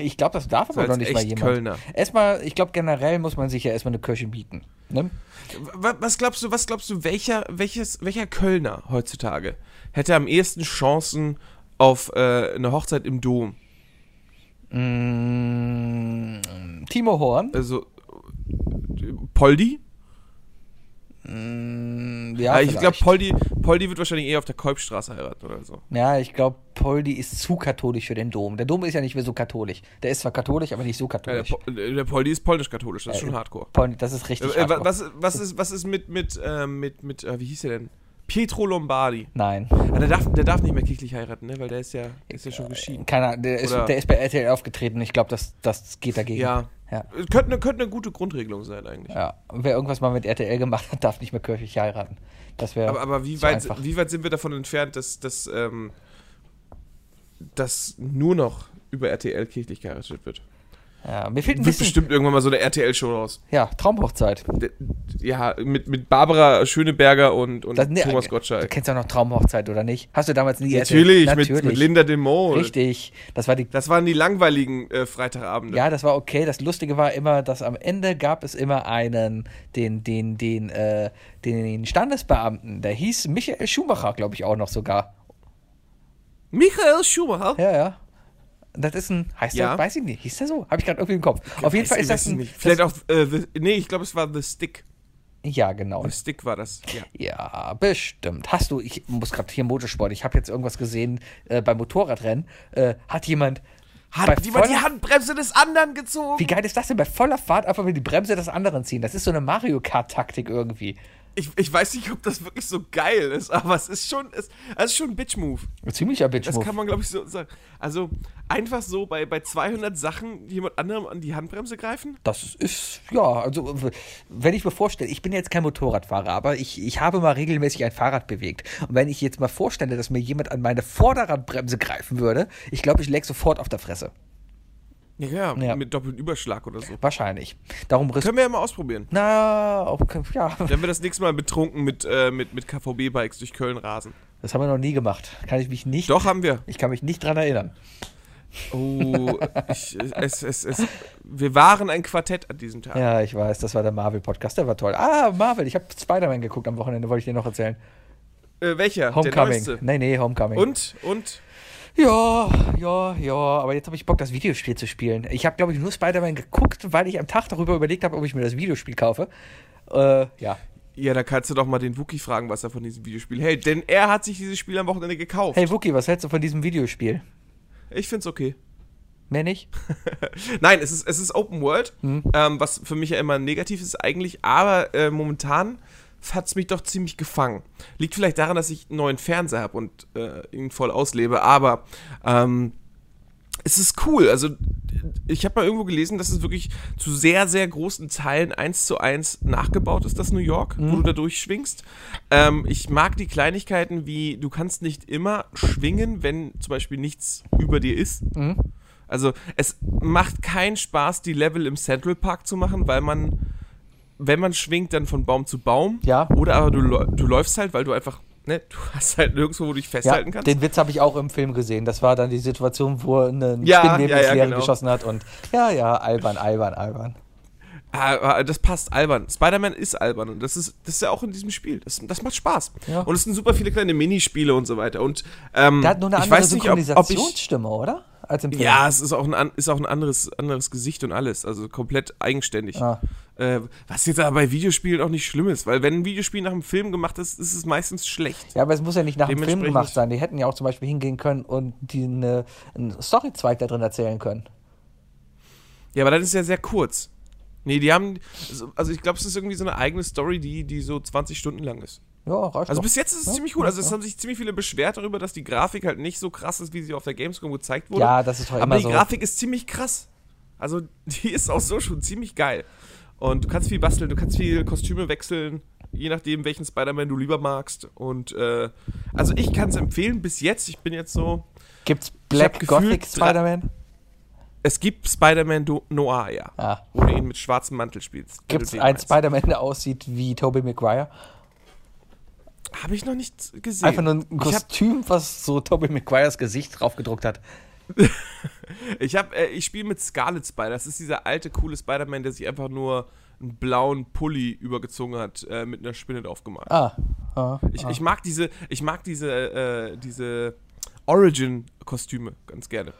C: Ich glaube, das darf aber
B: als
C: noch nicht mal
B: echt
C: jemand.
B: Kölner.
C: Erstmal, ich glaube, generell muss man sich ja erstmal eine Kirche bieten. Ne?
B: Wa- Was glaubst du, was glaubst du, welcher, welches, welcher Kölner heutzutage hätte am ehesten Chancen auf äh, eine Hochzeit im Dom?
C: Mm, Timo Horn.
B: Also äh, Poldi?
C: Mm, ja,
B: Ah, ich glaube,
C: vielleicht.
B: Poldi, Poldi wird wahrscheinlich eher auf der Kolbstraße heiraten oder so.
C: Ja, ich glaube, Poldi ist zu katholisch für den Dom. Der Dom ist ja nicht mehr so katholisch. Der ist zwar katholisch, aber nicht so
B: Ja, der,
C: katholisch.
B: Po- äh, der Poldi ist polnisch-katholisch, das ist
C: Äh,
B: schon hardcore.
C: Poldi, das ist richtig.
B: Äh, wa-
C: hardcore.
B: was, was ist, was ist mit, mit, äh, mit, mit äh, wie hieß der denn? Pietro Lombardi.
C: Nein.
B: Ah, der, darf, der darf nicht mehr kirchlich heiraten, ne? weil der ist ja, der ist ja schon geschieden.
C: Keine Ahnung, der ist,
B: Oder-
C: der ist bei RTL aufgetreten. Ich glaube, das, das geht dagegen.
B: Ja.
C: Ja.
B: Äh, Könnte, eine- könnte eine gute Grundregelung sein eigentlich.
C: ja. Und wer irgendwas mal mit RTL gemacht hat, darf nicht mehr kirchlich heiraten. Das wäre.
B: Aber, aber wie,
C: so
B: weit,
C: einfach.
B: wie weit sind wir davon entfernt, dass, dass, ähm, dass nur noch über RTL kirchlich geheiratet wird?
C: ja, mir fehlt ein
B: Wird
C: bisschen.
B: bestimmt irgendwann mal so eine RTL-Show raus.
C: ja, Traumhochzeit.
B: D- Ja, mit, mit Barbara Schöneberger und, und
C: Das- nee,
B: Thomas
C: ne, Du
B: Gottschalk.
C: kennst ja noch Traumhochzeit, oder nicht? Hast du damals nie
B: Natürlich,
C: erzählt?
B: Mit, mit Linda de Mol.
C: Richtig. Das war die.
B: Das waren die langweiligen äh, Freitagabende.
C: Ja, das war okay. Das Lustige war immer, dass am Ende gab es immer einen, den, den, den, äh, den Standesbeamten. Der hieß Michael Schumacher, glaube ich, auch noch sogar.
B: Michael Schumacher.
C: Ja, ja. Das ist ein, heißt
B: Ja.
C: der, weiß ich nicht, hieß der so? Habe ich gerade irgendwie im Kopf. Auf jeden
B: Weiß-
C: Fall ist das
B: weiß ich
C: ein,
B: nicht.
C: das,
B: Vielleicht auch. Äh, the, nee, ich glaube, es war The Stick.
C: ja genau.
B: The Stick war das. Ja.
C: Ja, bestimmt. Hast du, ich muss gerade hier Motorsport, ich habe jetzt irgendwas gesehen äh, beim Motorradrennen, äh, hat jemand, bei
B: Hat jemand die
C: voller-
B: Handbremse des anderen gezogen?
C: wie geil ist das denn, bei voller Fahrt einfach mit die Bremse des anderen ziehen. Das ist so eine Mario Kart-Taktik irgendwie.
B: Ich, ich weiß nicht, ob das wirklich so geil ist, aber es ist schon, es, es ist schon ein Bitch-Move.
C: Ein ziemlicher bitch
B: Das kann man, glaube ich, so sagen. Also, einfach so bei, bei 200 Sachen jemand anderem an die Handbremse greifen?
C: Das ist, ja, also wenn ich mir vorstelle, ich bin jetzt kein Motorradfahrer, aber ich, ich habe mal regelmäßig ein Fahrrad bewegt. Und wenn ich jetzt mal vorstelle, dass mir jemand an meine Vorderradbremse greifen würde, ich glaube, ich leg sofort auf der Fresse.
B: Ja, ja,
C: Ja.
B: mit doppeltem Überschlag oder so.
C: Wahrscheinlich. Darum riskieren.
B: Können wir ja mal ausprobieren.
C: Na, auch, ja.
B: Wenn wir das nächste Mal betrunken mit, äh, mit, mit KVB-Bikes durch Köln rasen.
C: Das haben wir noch nie gemacht. Kann ich mich nicht.
B: Doch, haben wir.
C: Ich kann mich nicht dran erinnern.
B: Oh, ich, es, es, es, wir waren ein Quartett an diesem Tag.
C: Ja, ich weiß, das war der Marvel-Podcast, der war toll. Ah, Marvel, ich habe Spider-Man geguckt am Wochenende, wollte ich dir noch erzählen.
B: Äh, welcher? Der
C: Homecoming.
B: neueste.
C: nee, nee, Homecoming.
B: Und? Und?
C: Ja, ja, ja, aber jetzt habe ich Bock, das Videospiel zu spielen. Ich habe, glaube ich, nur Spider-Man geguckt, weil ich am Tag darüber überlegt habe, ob ich mir das Videospiel kaufe. Äh, ja.
B: Ja, da kannst du doch mal den Wookie fragen, was er von diesem Videospiel hält. Denn er hat sich dieses Spiel am Wochenende gekauft.
C: Hey, Wookie, was hältst du von diesem Videospiel?
B: Ich find's okay.
C: Mehr nicht?
B: Nein, es ist, es ist Open World, ähm, was für mich ja immer negativ ist eigentlich, aber äh, momentan hat's mich doch ziemlich gefangen. Liegt vielleicht daran, dass ich einen neuen Fernseher habe und äh, ihn voll auslebe, aber ähm, es ist cool. Also ich habe mal irgendwo gelesen, dass es wirklich zu sehr, sehr großen Teilen eins zu eins nachgebaut ist, das New York,
C: Mhm.
B: wo du da durchschwingst. Ähm, ich mag die Kleinigkeiten wie, du kannst nicht immer schwingen, wenn zum Beispiel nichts über dir ist.
C: Mhm.
B: Also es macht keinen Spaß, die Level im Central Park zu machen, weil man, wenn man schwingt, dann von Baum zu Baum.
C: Ja.
B: Oder aber du, läu- du läufst halt, weil du einfach, ne, du hast halt nirgendwo, wo du dich
C: Ja,
B: festhalten kannst.
C: den Witz habe ich auch im Film gesehen. Das war dann die Situation, wo eine
B: Ja,
C: Spin neben
B: ja,
C: das
B: ja,
C: Leere
B: genau.
C: geschossen hat und ja, ja, albern, albern, albern.
B: Ah, Das passt albern. Spider-Man ist albern und das ist, das ist ja auch in diesem Spiel. Das, das macht Spaß.
C: Ja.
B: Und es sind super viele kleine Minispiele und so weiter. Und ähm,
C: Der hat nur eine
B: ich
C: andere
B: weiß nicht, ob, ob ich,
C: Synchronisationsstimme, oder? Als im Film.
B: Ja, es ist auch ein, an- ist auch ein anderes, anderes Gesicht und alles. Also komplett eigenständig.
C: Ah.
B: Äh, was jetzt aber bei Videospielen auch nicht schlimm ist, weil wenn ein Videospiel nach einem Film gemacht ist, ist es meistens schlecht.
C: Ja, aber es muss ja nicht nach dem Film
B: Dementsprechend-
C: gemacht sein. Die hätten ja auch zum Beispiel hingehen können und die eine, einen Storyzweig da drin erzählen können.
B: Ja, aber dann ist es ja sehr kurz. Nee, die haben. also- Also ich glaube, es ist irgendwie so eine eigene Story, die, die so 20 Stunden lang ist.
C: Ja, reicht
B: Also
C: doch.
B: bis jetzt ist es ziemlich cool. Also es haben sich ziemlich viele beschwert darüber, dass die Grafik halt nicht so krass ist, wie sie auf der Gamescom gezeigt wurde.
C: Ja, das ist doch
B: Aber
C: immer
B: die
C: so.
B: Grafik ist ziemlich krass. Also (laughs) die ist auch so schon ziemlich geil. Und du kannst viel basteln, du kannst viel Kostüme wechseln, je nachdem, welchen Spider-Man du lieber magst. Und äh, also ich kann es empfehlen bis jetzt. Ich bin jetzt so.
C: Gibt's
B: hab
C: Black
B: gefühlt
C: Gothic
B: drei-
C: Spider-Man?
B: Es gibt Spider-Man Do- Noir, ja.
C: Ah.
B: Wo du ihn mit schwarzem Mantel spielst. wenn
C: Gibt's
B: du den
C: einen
B: meinst.
C: Spider-Man, der aussieht wie Tobey Maguire?
B: Hab ich noch nicht gesehen.
C: Einfach nur ein
B: ich hab
C: Kostüm, was so Tobey Maguires Gesicht draufgedruckt hat.
B: Ich hab, äh, ich spiele mit Scarlet Spider. Das ist dieser alte, coole Spider-Man, der sich einfach nur einen blauen Pulli übergezogen hat, äh, mit einer Spinne draufgemalt.
C: Ah. ah.
B: Ich, ich mag diese, ich mag diese, äh, diese Origin-Kostüme ganz gerne.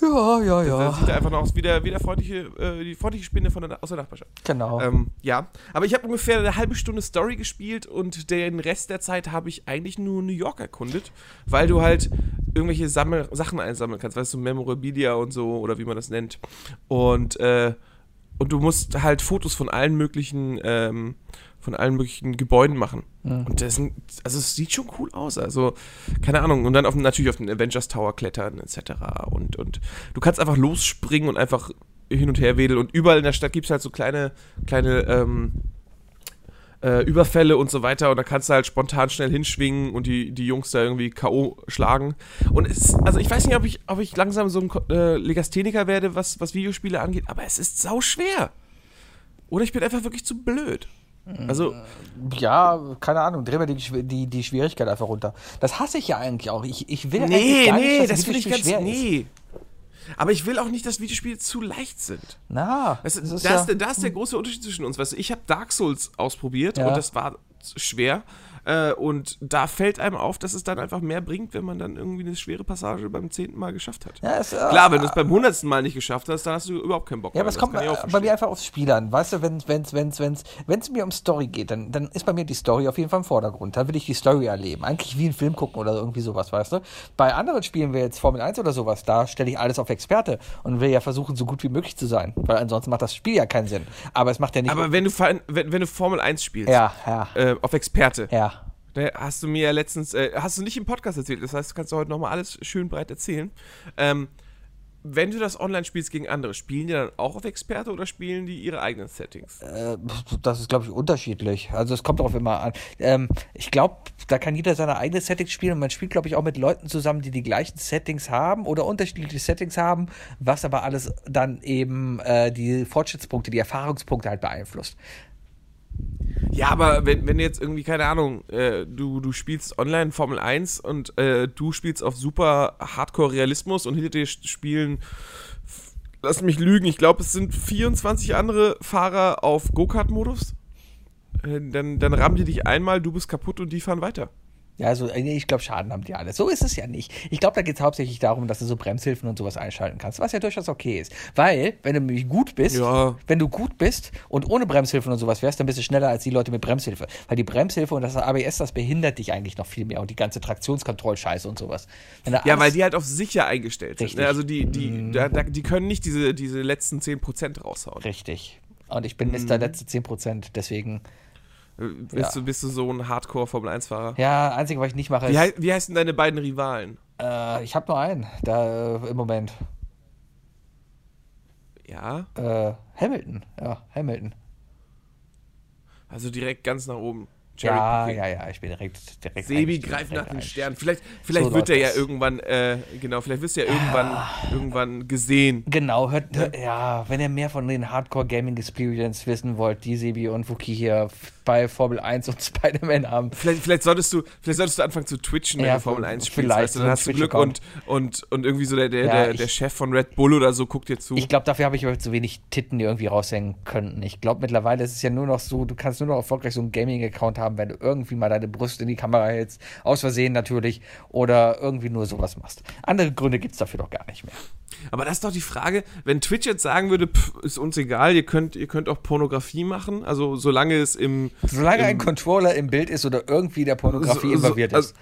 C: Ja, ja,
B: Da
C: ja.
B: sieht er einfach noch aus wie der, wie der freundliche, äh, die freundliche Spinne von der, aus der Nachbarschaft.
C: Genau.
B: Ähm, ja, aber ich habe ungefähr eine halbe Stunde Story gespielt und den Rest der Zeit habe ich eigentlich nur New York erkundet, weil du halt irgendwelche Sammel Sachen einsammeln kannst, weißt du, Memorabilia und so oder wie man das nennt. Und, äh, und du musst halt Fotos von allen möglichen, ähm, von allen möglichen Gebäuden machen. Und das sind, also es sieht schon cool aus. Also, keine Ahnung. Und dann auf, natürlich auf den Avengers Tower klettern, etc. Und, und du kannst einfach losspringen und einfach hin und her wedeln. Und überall in der Stadt gibt es halt so kleine, kleine ähm, äh, Überfälle und so weiter. Und da kannst du halt spontan schnell hinschwingen und die, die Jungs da irgendwie K.O. schlagen. Und es, also ich weiß nicht, ob ich, ob ich langsam so ein Ko- äh, Legastheniker werde, was, was Videospiele angeht, aber es ist sau schwer. Oder ich bin einfach wirklich zu blöd. Also,
C: ja, keine Ahnung, drehen wir die, Schw- die, die Schwierigkeit einfach runter. Das hasse ich ja eigentlich auch. Ich, Äh, ich will eigentlich
B: nee,
C: gar
B: nee,
C: nicht, dass
B: das
C: ein
B: finde ich
C: Videospiel
B: ganz,
C: schwer ist.
B: nee. Aber ich will auch nicht, dass Videospiele zu leicht sind.
C: Na,
B: Weißt du,
C: das
B: das
C: ist
B: da,
C: ja,
B: ist, der- da ist der große Unterschied zwischen uns. Weißt du, ich habe Dark Souls ausprobiert
C: Ja.
B: und das war schwer. Äh, und da fällt einem auf, dass es dann einfach mehr bringt, wenn man dann irgendwie eine schwere Passage beim zehnten Mal geschafft hat.
C: Ja, ist, äh,
B: Klar, wenn du es beim hundertsten Mal nicht geschafft hast, dann hast du überhaupt keinen Bock
C: Ja,
B: mehr.
C: aber es
B: Das
C: kommt
B: kann ich auch
C: äh, bei
B: verstehen.
C: mir einfach aufs Spiel an. Weißt du, wenn es wenn's, wenn's, wenn's, wenn's mir um Story geht, dann, dann ist bei mir die Story auf jeden Fall im Vordergrund. Da will ich die Story erleben. Eigentlich wie einen Film gucken oder irgendwie sowas, weißt du? Bei anderen Spielen, wie jetzt Formel 1 oder sowas, da stelle ich alles auf Experte und will ja versuchen, so gut wie möglich zu sein. Weil ansonsten macht das Spiel ja keinen Sinn. Aber es macht ja nicht.
B: Aber wenn du, Fa- wenn, wenn du Formel 1 spielst,
C: ja, ja,
B: äh, auf Experte,
C: ja.
B: Ne, Hast du mir ja letztens, äh, hast du nicht im Podcast erzählt, das heißt, du kannst du heute nochmal alles schön breit erzählen. Ähm, wenn du das online spielst gegen andere, spielen die dann auch auf Experte oder spielen die ihre eigenen Settings?
C: Äh, Das ist, glaube ich, unterschiedlich. Also es kommt auch immer an. Ähm, ich glaube, da kann jeder seine eigene Settings spielen und man spielt, glaube ich, auch mit Leuten zusammen, die die gleichen Settings haben oder unterschiedliche Settings haben, was aber alles dann eben äh, die Fortschrittspunkte, die Erfahrungspunkte halt beeinflusst.
B: Ja, aber wenn, wenn jetzt irgendwie, keine Ahnung, äh, du, du spielst online Formel 1 und äh, du spielst auf super Hardcore-Realismus und hinter dir sch- spielen, f- lass mich lügen, ich glaube, es sind 24 andere Fahrer auf Go-Kart-Modus, äh, dann, dann rammen die dich einmal, du bist kaputt und die fahren weiter.
C: Ja, also äh, ich glaube, Schaden haben die alle. So ist es ja nicht. Ich glaube, da geht es hauptsächlich darum, dass du so Bremshilfen und sowas einschalten kannst, was ja durchaus okay ist. Weil, wenn du nämlich gut bist,
B: Ja.
C: wenn du gut bist und ohne Bremshilfen und sowas wärst, dann bist du schneller als die Leute mit Bremshilfe. Weil die Bremshilfe und das ABS, das behindert dich eigentlich noch viel mehr und die ganze Traktionskontrollscheiße und sowas. Wenn du
B: Ja,
C: alles-
B: weil die halt auf sicher eingestellt sind.
C: Richtig. Mhm.
B: ne? Also die, die, da, da, die können nicht diese, diese letzten 10% raushauen.
C: Richtig. Und ich bin Mr.
B: Mhm.
C: Letzte 10%, deswegen.
B: Äh, Bist, du, bist du so ein Hardcore-Formel-1-Fahrer?
C: Ja, einzige, was ich nicht mache,
B: Wie,
C: ist.
B: hei wie heißen deine beiden Rivalen?
C: Äh, ich habe nur einen da äh, im Moment.
B: Ja,
C: Äh, Hamilton. Ja, Hamilton.
B: also direkt ganz nach oben.
C: Ja,
B: Cherry-picking.
C: ja, ja, ich bin direkt. direkt
B: Sebi
C: eingestiegen,
B: greift nach
C: direkt
B: den
C: eingestiegen.
B: Sternen. Vielleicht, vielleicht
C: So
B: wird er
C: läuft
B: ja
C: das.
B: irgendwann, äh, genau, vielleicht wirst du ja irgendwann, irgendwann gesehen.
C: Genau, hört, hört, ja, wenn ihr mehr von den Hardcore Gaming Experience wissen wollt, die Sebi und Wookie hier bei Formel 1 und (laughs) Spider-Man haben,
B: Vielleicht, vielleicht, solltest du, vielleicht solltest du anfangen zu twitchen, wenn
C: Ja,
B: du Formel 1 spielst.
C: vielleicht,
B: Weißt du,
C: so
B: dann
C: ein
B: hast du Glück und,
C: Twitch-Account.
B: und, und irgendwie so der, der,
C: Ja,
B: der,
C: ich-
B: der Chef von Red Bull oder so guckt dir zu.
C: Ich glaube, dafür habe ich aber zu wenig Titten die irgendwie raushängen könnten. Ich glaube, mittlerweile ist es ja nur noch so, du kannst nur noch erfolgreich so einen Gaming-Account haben, wenn du irgendwie mal deine Brust in die Kamera hältst. Aus Versehen natürlich. Oder irgendwie nur sowas machst. Andere Gründe gibt es dafür doch gar nicht mehr.
B: Aber das ist doch die Frage, wenn Twitch jetzt sagen würde, pff, ist uns egal, ihr könnt, ihr könnt auch Pornografie machen, also solange es im.
C: Solange
B: im,
C: ein Controller im Bild ist oder irgendwie der Pornografie
B: Ähm, so- so-
C: involviert
B: also-
C: ist.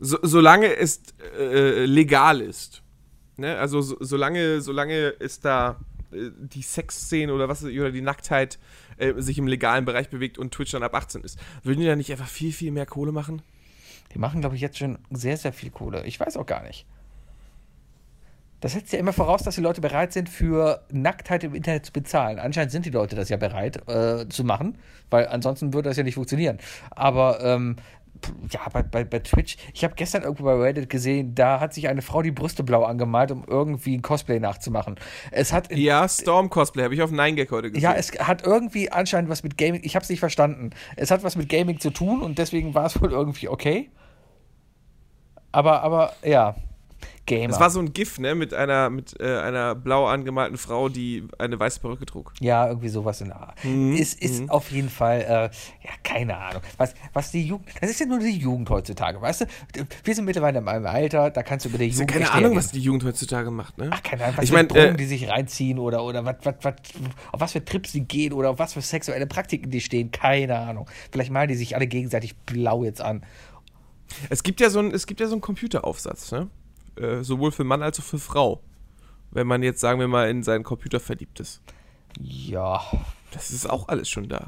B: so, solange es äh, legal ist. Ne? Also so, solange, solange es da äh, die Sexszene oder was oder die Nacktheit äh, sich im legalen Bereich bewegt und Twitch dann ab 18 ist. Würden die da nicht einfach viel, viel mehr Kohle machen?
C: Die machen, glaube ich, jetzt schon sehr, sehr viel Kohle. Ich weiß auch gar nicht. Das setzt ja immer voraus, dass die Leute bereit sind, für Nacktheit im Internet zu bezahlen. Anscheinend sind die Leute das ja bereit äh, zu machen, weil ansonsten würde das ja nicht funktionieren. Aber ähm, pff, ja, bei, bei, bei Twitch, ich habe gestern irgendwo bei Reddit gesehen, da hat sich eine Frau die Brüste blau angemalt, um irgendwie ein Cosplay nachzumachen. Es hat in
B: Ja, Storm-Cosplay habe ich auf 9gag heute gesehen.
C: ja, es hat irgendwie anscheinend was mit Gaming. Ich habe es nicht verstanden. Es hat was mit Gaming zu tun und deswegen war es (laughs) wohl irgendwie okay. Aber, aber ja, Gamer.
B: es war so ein GIF, ne, mit einer, mit äh, einer blau angemalten Frau, die eine weiße Perücke trug.
C: ja, irgendwie sowas in der Art.
B: Mhm,
C: Ist, ist auf jeden Fall, äh, ja, keine Ahnung. Was, was die Jugend, das ist ja nur die Jugend heutzutage, weißt du? Wir sind mittlerweile in meinem Alter, da kannst du mit der
B: Ich habe
C: Jugend.
B: keine
C: echt
B: Ahnung,
C: hergehen.
B: was die Jugend heutzutage macht, ne?
C: Ach, keine Ahnung, was
B: Ich
C: für
B: mein,
C: Drogen
B: äh,
C: die sich reinziehen oder, oder wat, wat, wat, auf was für Trips sie gehen oder auf was für sexuelle Praktiken die stehen. Keine Ahnung. Vielleicht malen die sich alle gegenseitig blau jetzt an.
B: Es gibt ja so einen, es gibt ja so einen Computeraufsatz, ne? Äh, sowohl für Mann als auch für Frau. Wenn man jetzt, sagen wir mal, in seinen Computer verliebt ist.
C: Ja,
B: Das ist auch alles schon da.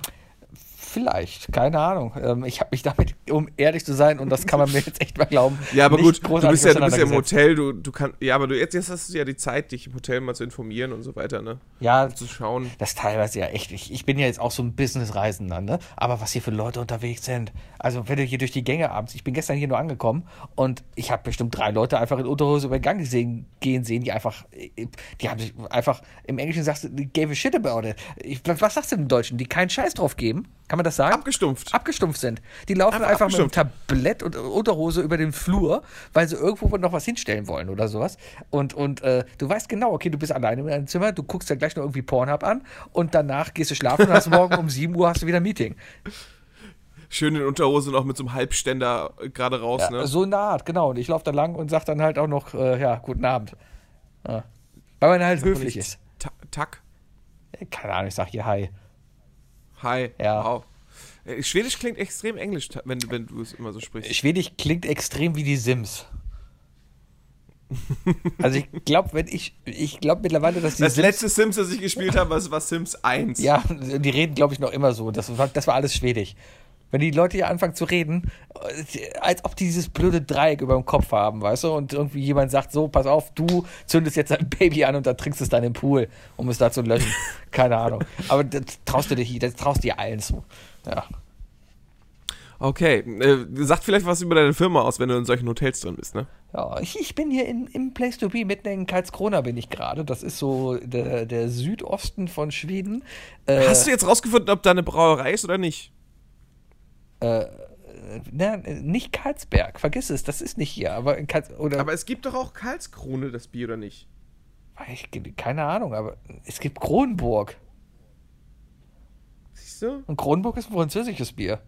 C: vielleicht. Keine Ahnung. Ähm, ich habe mich damit, um ehrlich zu sein, und das kann man mir jetzt echt mal glauben,
B: Ja, aber
C: nicht
B: gut, du bist ja, du bist ja im
C: auseinandergesetzt.
B: Hotel, du, du kannst. Ja, aber du jetzt, jetzt hast du ja die Zeit, dich im Hotel mal zu informieren und so weiter, ne?
C: Ja,
B: Zu schauen.
C: das ist teilweise ja echt. Ich, ich bin ja jetzt auch so ein Business-Reisender, ne? Aber was hier für Leute unterwegs sind. Also, wenn du hier durch die Gänge abends, ich bin gestern hier nur angekommen und ich habe bestimmt drei Leute einfach in Unterhose über den Gang gesehen, gehen sehen, die einfach, äh, die haben sich einfach, im Englischen sagst du, gave a shit about it. Ich, was sagst du im Deutschen? Die keinen Scheiß drauf geben? Kann man das sagen?
B: Abgestumpft.
C: abgestumpft sind. Die laufen
B: Einfach
C: einfach, mit einem Tablett und Unterhose über den Flur, weil sie irgendwo noch was hinstellen wollen oder sowas. Und, und äh, du weißt genau, okay, du bist alleine in deinem Zimmer, du guckst ja gleich noch irgendwie Pornhub an und danach gehst du schlafen und hast morgen um 7 Uhr hast du wieder ein Meeting.
B: Schön in Unterhose noch mit so einem Halbständer äh, gerade raus, ne?
C: So in der Art, genau. Und ich laufe da lang und sag dann halt auch noch, äh, ja, guten Abend. Ja. Weil man halt höflich ist. Äh,
B: Ta Tack.
C: Keine Ahnung, ich sag hier Hi.
B: Hi.
C: Ja.
B: Wow. Äh, Schwedisch klingt extrem englisch, ta- wenn, du- wenn du es immer so sprichst.
C: Schwedisch klingt extrem wie
B: (laughs)
C: die Sims. Also ich glaube, wenn ich, ich glaube mittlerweile, dass die
B: das
C: Sims
B: letzte Sims, das ich gespielt habe, war, war Sims 1.
C: Ja, die reden, glaube ich, noch immer so. Das war, das war alles schwedisch. Wenn die Leute hier anfangen zu reden, äh, als ob die dieses blöde Dreieck über dem Kopf haben, weißt du? Und irgendwie jemand sagt so, pass auf, du zündest jetzt dein (laughs) Baby an und dann trinkst es dann im Pool, um es da zu löschen. (laughs) Keine Ahnung. Aber das traust du dich, das traust dir allen zu. Ja.
B: Okay, äh, sagt vielleicht was über deine Firma aus, wenn du in solchen Hotels drin bist, ne?
C: Ja, ich, ich bin hier in, im Place to Be, mitten in Karlskrona bin ich gerade. Das ist so der, der Südosten von Schweden. Äh,
B: Hast du jetzt rausgefunden, ob da eine Brauerei ist oder nicht?
C: na, nicht Karlsberg, vergiss es, das ist nicht hier. Aber in Karls oder
B: Aber es gibt doch auch Karlskrone, das Bier, oder nicht?
C: Ich, keine Ahnung, aber es gibt Kronenburg.
B: Siehst du?
C: Und Kronenburg ist ein französisches Bier.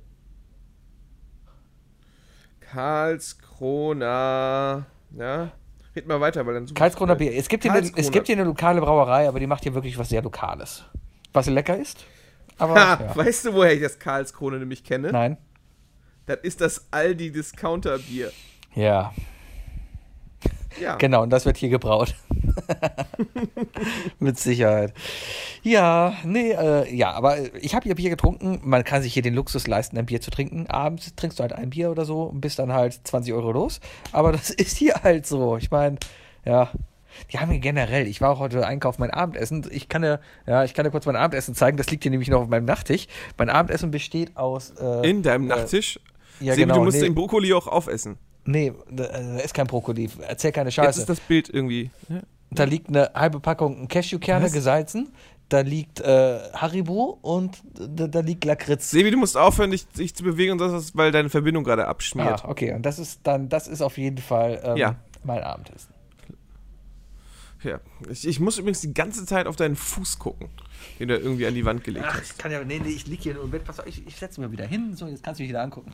B: Karlskrona. Ja? Red mal weiter, weil dann suche
C: Karlskrona
B: ich-
C: Bier. Es gibt, hier eine, es
B: Karlskrona.
C: gibt hier eine lokale Brauerei, aber die macht hier wirklich was sehr Lokales. Was lecker ist.
B: (laughs)
C: Aber
B: Ha,
C: ja.
B: Weißt du, woher ich das Karlskrone nämlich kenne?
C: nein.
B: Das ist das Aldi Discounter Bier.
C: Ja,
B: Ja.
C: genau. Und das wird
B: (laughs)
C: hier gebraut. Mit Sicherheit. Ja, nee, äh, ja, aber ich habe hier Bier getrunken. Man kann sich hier den Luxus leisten, ein Bier zu trinken. Abends trinkst du halt ein Bier (laughs) oder so und bist dann halt 20 Euro los. Aber das ist hier halt so. Ich meine, ja. Die haben hier generell, ich war auch heute einkaufen, mein Abendessen. Ich kann dir, ja, ich kann dir kurz mein Abendessen zeigen. Das liegt hier nämlich noch auf meinem Nachttisch. Mein Abendessen besteht aus. Äh,
B: In deinem Nachttisch?
C: ja,
B: Sebi,
C: genau,
B: du musst
C: nee.
B: den Brokkoli auch aufessen.
C: Nee, da äh, da ist kein Brokkoli. Erzähl keine
B: Jetzt
C: Scheiße.
B: ist das Bild irgendwie.
C: Da liegt eine halbe Packung Cashewkerne
B: Was?
C: gesalzen. Da liegt äh, Haribo und da, da liegt Lakritz.
B: Sebi, du musst aufhören, dich, dich zu bewegen, und sonst was, weil deine Verbindung gerade abschmiert.
C: Ah, okay. Und das ist dann, das ist auf jeden Fall ähm,
B: Ja.
C: mein Abendessen.
B: Ja. Ich, ich muss übrigens die ganze Zeit auf deinen Fuß gucken, den du irgendwie an die Wand gelegt hast.
C: ich kann ja, nee, nee, ich liege hier nur im Bett. Pass auf, ich, ich setze mir wieder hin. So, jetzt kannst du mich wieder angucken.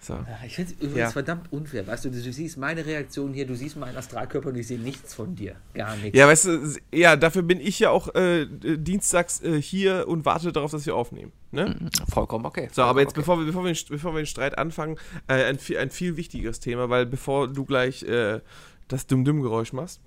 B: So.
C: Ah, Ich finde es übrigens
B: Ja.
C: verdammt unfair. Weißt du, du siehst meine Reaktion hier, du siehst meinen Astralkörper und ich sehe nichts von dir. Gar nichts.
B: Ja, weißt du, ja, dafür bin ich ja auch äh, dienstags äh, hier und warte darauf, dass wir aufnehmen. Ne?
C: Vollkommen Mhm. okay.
B: So, aber jetzt, bevor, wir, bevor, wir, den St- bevor wir den Streit anfangen, äh, ein, viel- ein viel wichtigeres Thema, weil bevor du gleich äh, das Dumm-Dumm-Geräusch machst,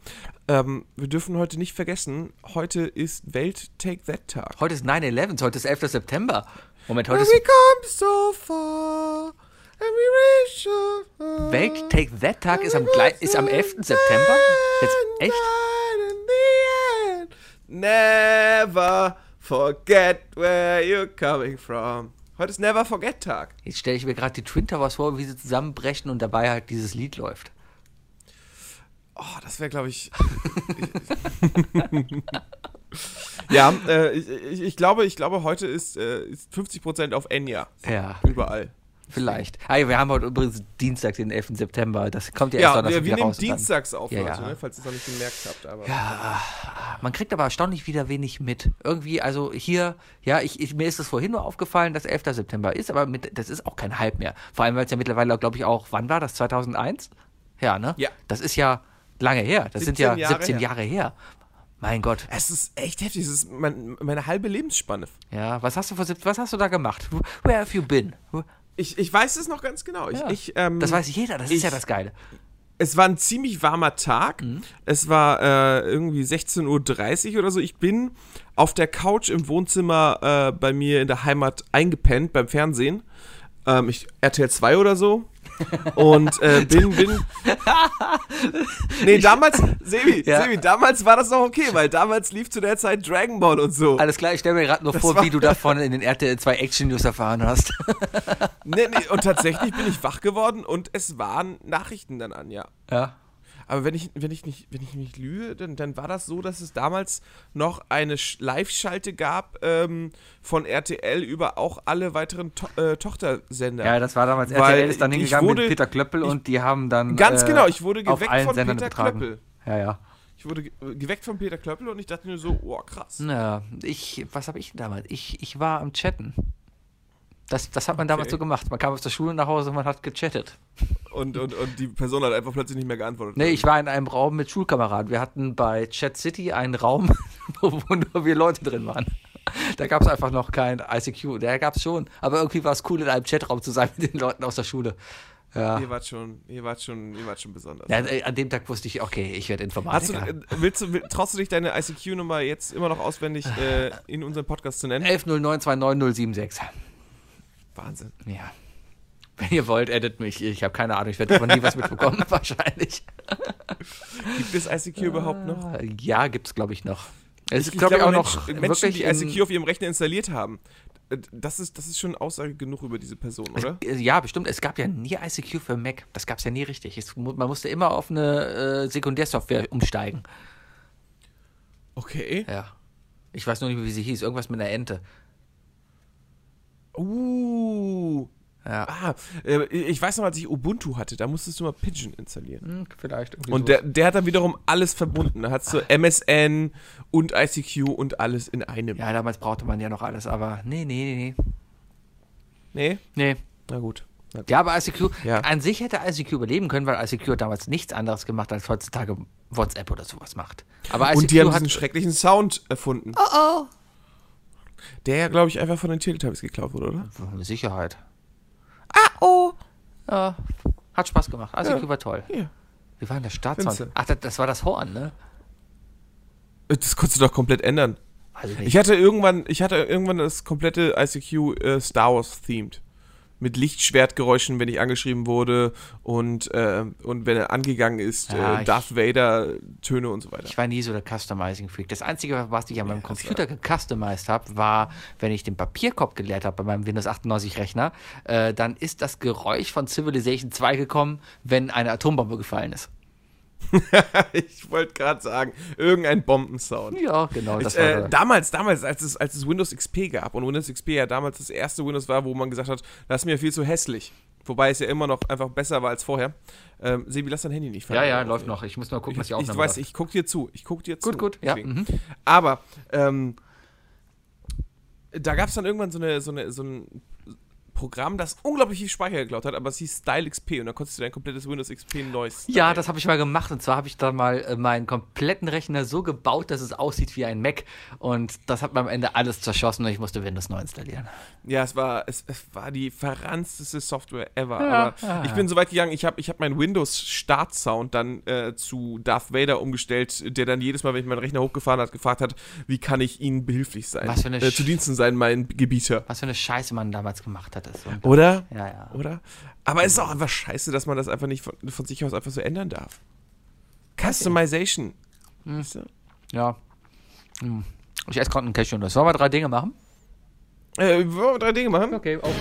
B: ähm, wir dürfen heute nicht vergessen, heute ist Welt-Take-That-Tag.
C: Heute ist 9-11, heute ist 11. September. Moment, heute
B: And
C: ist
B: we come so far, and we reach so far.
C: Welt Take That Tag ist am, glei- ist am 11. September. Jetzt echt?
B: And in the end, Never forget where you're coming from. Heute ist Never Forget Tag.
C: Jetzt stelle ich mir gerade die Twin Towers vor, wie sie zusammenbrechen und dabei halt dieses Lied läuft.
B: Oh, das wäre, glaube
C: (laughs)
B: ich. ja, äh, ich, ich, ich, glaube, ich glaube, heute ist, äh, ist 50% auf Enya.
C: Ja,
B: Überall.
C: vielleicht. Ah, ja, wir haben heute übrigens Dienstag, den 11. September. Das kommt ja erst
B: Ja,
C: Donnerstag
B: wir, wir
C: wieder
B: nehmen
C: raus und dann-
B: dienstags auf
C: Ja,
B: heute,
C: ja.
B: Ne? falls ihr es noch nicht gemerkt habt. Aber
C: Man kriegt aber erstaunlich wieder wenig mit. Irgendwie, also hier, ja, ich, ich, mir ist es vorhin nur aufgefallen, dass 11. September ist, aber mit, das ist auch kein Hype mehr. Vor allem, weil es ja mittlerweile, glaube ich, auch, wann war das? 2001? Ja, ne?
B: Ja.
C: Das ist ja lange her. Das sind ja
B: 17 Jahre
C: 17
B: her.
C: Jahre her. Mein Gott.
B: es ist echt heftig. Es ist mein, meine halbe Lebensspanne.
C: Ja, was hast du vor 17, was hast du da gemacht? Where have you been?
B: Ich, ich weiß es noch ganz genau. Ich,
C: Ja.
B: ich, ähm,
C: das weiß jeder, das ist
B: ich-
C: ja das Geile.
B: es war ein ziemlich warmer Tag.
C: Mhm.
B: Es war äh, irgendwie 16.30 Uhr oder so. Ich bin auf der Couch im Wohnzimmer äh, bei mir in der Heimat eingepennt beim Fernsehen. Ähm, ich, RTL 2 oder so. Und äh, bin, bin.
C: (laughs)
B: Nee, damals, Sebi,
C: Ja.
B: Sebi, damals war das noch okay, weil damals lief zu der Zeit Dragon Ball und so.
C: Alles klar, ich stelle mir gerade nur vor,
B: war-
C: wie du davon in den RTL 2 Action News erfahren hast.
B: Nee, nee, und tatsächlich bin ich wach geworden und es waren Nachrichten dann an, (laughs) ja.
C: ja.
B: Aber wenn ich, wenn ich, nicht, wenn ich nicht lüge, dann, dann war das so, dass es damals noch eine Sch- Live-Schalte gab ähm, von RTL über auch alle weiteren to äh, Tochtersender.
C: Ja, das war damals.
B: Weil
C: RTL ist dann
B: ich
C: hingegangen
B: wurde-
C: mit Peter Klöppel und die haben dann.
B: Ganz
C: äh,
B: genau, ich wurde
C: auf
B: geweckt
C: allen
B: von
C: Sendern
B: Peter
C: übertragen.
B: Klöppel.
C: Ja, ja.
B: Ich wurde ge geweckt von Peter Klöppel und ich dachte nur so, oh krass.
C: Naja, ich, was habe ich denn damals? Ich, ich war am Chatten. Das, das hat man damals
B: Okay.
C: so gemacht. Man kam aus der Schule nach Hause und man hat gechattet.
B: Und, und, und die Person hat einfach plötzlich nicht mehr geantwortet.
C: Nee, ich war in einem Raum mit Schulkameraden. Wir hatten bei Chat City einen Raum, (laughs) wo wo nur wir Leute drin waren. Da gab es einfach noch kein ICQ. Der gab es schon. Aber irgendwie war es cool, in einem Chatraum zu sein (laughs) mit den Leuten aus der Schule. Ja.
B: Ihr wart schon, ihr wart schon, ihr wart schon besonders.
C: ja äh, an dem Tag wusste ich, okay, ich werde
B: Hast du,
C: Informatiker.
B: äh, willst du, will- traust du dich deine ICQ-Nummer jetzt immer noch auswendig äh, in unserem Podcast zu nennen?
C: 1109299076.
B: Wahnsinn.
C: Ja. Wenn ihr wollt, edit mich. Ich habe keine Ahnung. Ich werde davon nie was mitbekommen, (laughs)
B: (laughs)
C: wahrscheinlich.
B: Gibt es ICQ überhaupt noch?
C: Ja, gibt's glaube ich noch. Es
B: Ich,
C: ist glaube ich auch
B: glaube,
C: noch
B: Mensch, Menschen, die
C: in-
B: ICQ auf ihrem Rechner installiert haben. Äh, Das ist, das ist schon Aussage genug über diese Person, oder?
C: Äh, Ja, bestimmt. Es gab ja nie ICQ für Mac. Das gab es ja nie richtig. Es, mu- man musste immer auf eine äh, Sekundärsoftware umsteigen.
B: Okay.
C: Ja. Ich weiß nur nicht mehr, wie sie hieß. Irgendwas mit einer Ente.
B: Äh, Uh.
C: Ja.
B: Ah, äh, ich weiß noch, als ich Ubuntu hatte, da musstest du mal Pigeon installieren.
C: Hm, vielleicht. irgendwie
B: Und
C: so.
B: der, der hat dann wiederum alles verbunden. Da hast du
C: Ah.
B: MSN und ICQ und alles in einem.
C: ja, damals brauchte man ja noch alles, aber nee, nee, nee, nee.
B: Nee?
C: Nee.
B: Na gut. Na gut.
C: Ja, aber ICQ,
B: Ja.
C: an sich hätte ICQ überleben können, weil ICQ hat damals nichts anderes gemacht, als heutzutage WhatsApp oder sowas macht. Aber ICQ
B: Und die haben diesen
C: hat.
B: schrecklichen Sound erfunden. Oh oh. Der ja, glaube ich, einfach von den Teletubbies geklaut wurde, oder?
C: Mit Sicherheit. Ah, oh! Ja, hat Spaß gemacht. ICQ war toll.
B: Ja.
C: Wie war denn der Startsound?
B: Findste.
C: Ach, das, das war das Horn, ne?
B: Äh, Das konntest du doch komplett ändern.
C: Also
B: Ich hatte irgendwann, ich hatte irgendwann das komplette ICQ äh, Star Wars themed. mit Lichtschwertgeräuschen, wenn ich angeschrieben wurde und, äh, und wenn er angegangen ist, äh,
C: Ja, ich-
B: Darth Vader-Töne und so weiter.
C: Ich war nie so der Customizing-Freak. Das Einzige, was ich an meinem Computer gecustomized habe, war, wenn ich den Papierkorb geleert habe bei meinem Windows 98-Rechner, äh, dann ist das Geräusch von Civilization 2 gekommen, wenn eine Atombombe gefallen ist.
B: (laughs) Ich wollte gerade sagen, irgendein Bombensound.
C: Ja, genau, das
B: Ich,
C: war
B: äh,
C: der-
B: damals, damals, als es, als es Windows XP gab und Windows XP ja damals das erste Windows war, wo man gesagt hat, das ist mir viel zu hässlich. Wobei es ja immer noch einfach besser war als vorher. Ähm, Sebi, lass dein Handy nicht
C: Ja, ja, läuft noch. Ich muss nur gucken,
B: Ich,
C: was die Aufnahme
B: ich weiß,
C: läuft.
B: ich guck dir zu. Ich guck dir zu.
C: Gut, gut, ja.
B: Deswegen.
C: Mhm.
B: Aber ähm, da gab es dann irgendwann so, eine, so, eine, so ein Programm, das unglaublich viel Speicher geklaut hat, aber es hieß Style XP und dann konntest du dein komplettes Windows XP neu stylen.
C: Ja, das habe ich mal gemacht. Und zwar habe ich dann mal äh, meinen kompletten Rechner so gebaut, dass es aussieht wie ein Mac. Und das hat mir am Ende alles zerschossen und ich musste Windows neu installieren.
B: Ja, es war, es, es war die verranzteste Software ever.
C: Ja. Ah.
B: Aber ich bin so weit gegangen, ich habe ich hab meinen Windows-Start-Sound dann äh, zu Darth Vader umgestellt, der dann jedes Mal, wenn ich meinen Rechner hochgefahren hat, gefragt hat, wie kann ich Ihnen behilflich sein?
C: Was für eine
B: äh,
C: Sch-
B: zu Diensten sein, mein Gebieter.
C: Was für eine Scheiße man damals gemacht hat. Ist. Und,
B: Oder?
C: ja, ja.
B: Oder? Aber es ist auch einfach scheiße, dass man das einfach nicht von, von sich aus einfach so ändern darf. Customization. Weißt du?
C: ja. Hm. Ich esse gerade einen Cashew. Das sollen wir drei Dinge machen?
B: Äh, wollen wir drei Dinge machen?
C: Okay, auf.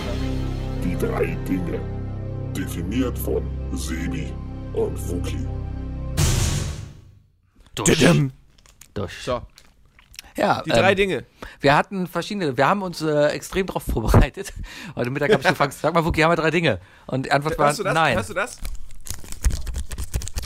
D: Die drei Dinge. Definiert von Sebi und Wookie.
C: Durch.
B: Tadam.
C: Durch.
B: So,
C: Ja,
B: die drei
C: ähm,
B: Dinge.
C: wir hatten verschiedene. Wir haben uns äh, extrem drauf vorbereitet. (laughs) Heute Mittag habe ich gefragt, sag mal, Wookie, haben wir drei Dinge? Und die Antwort war
B: Hast du das?
C: nein.
B: Hast du das?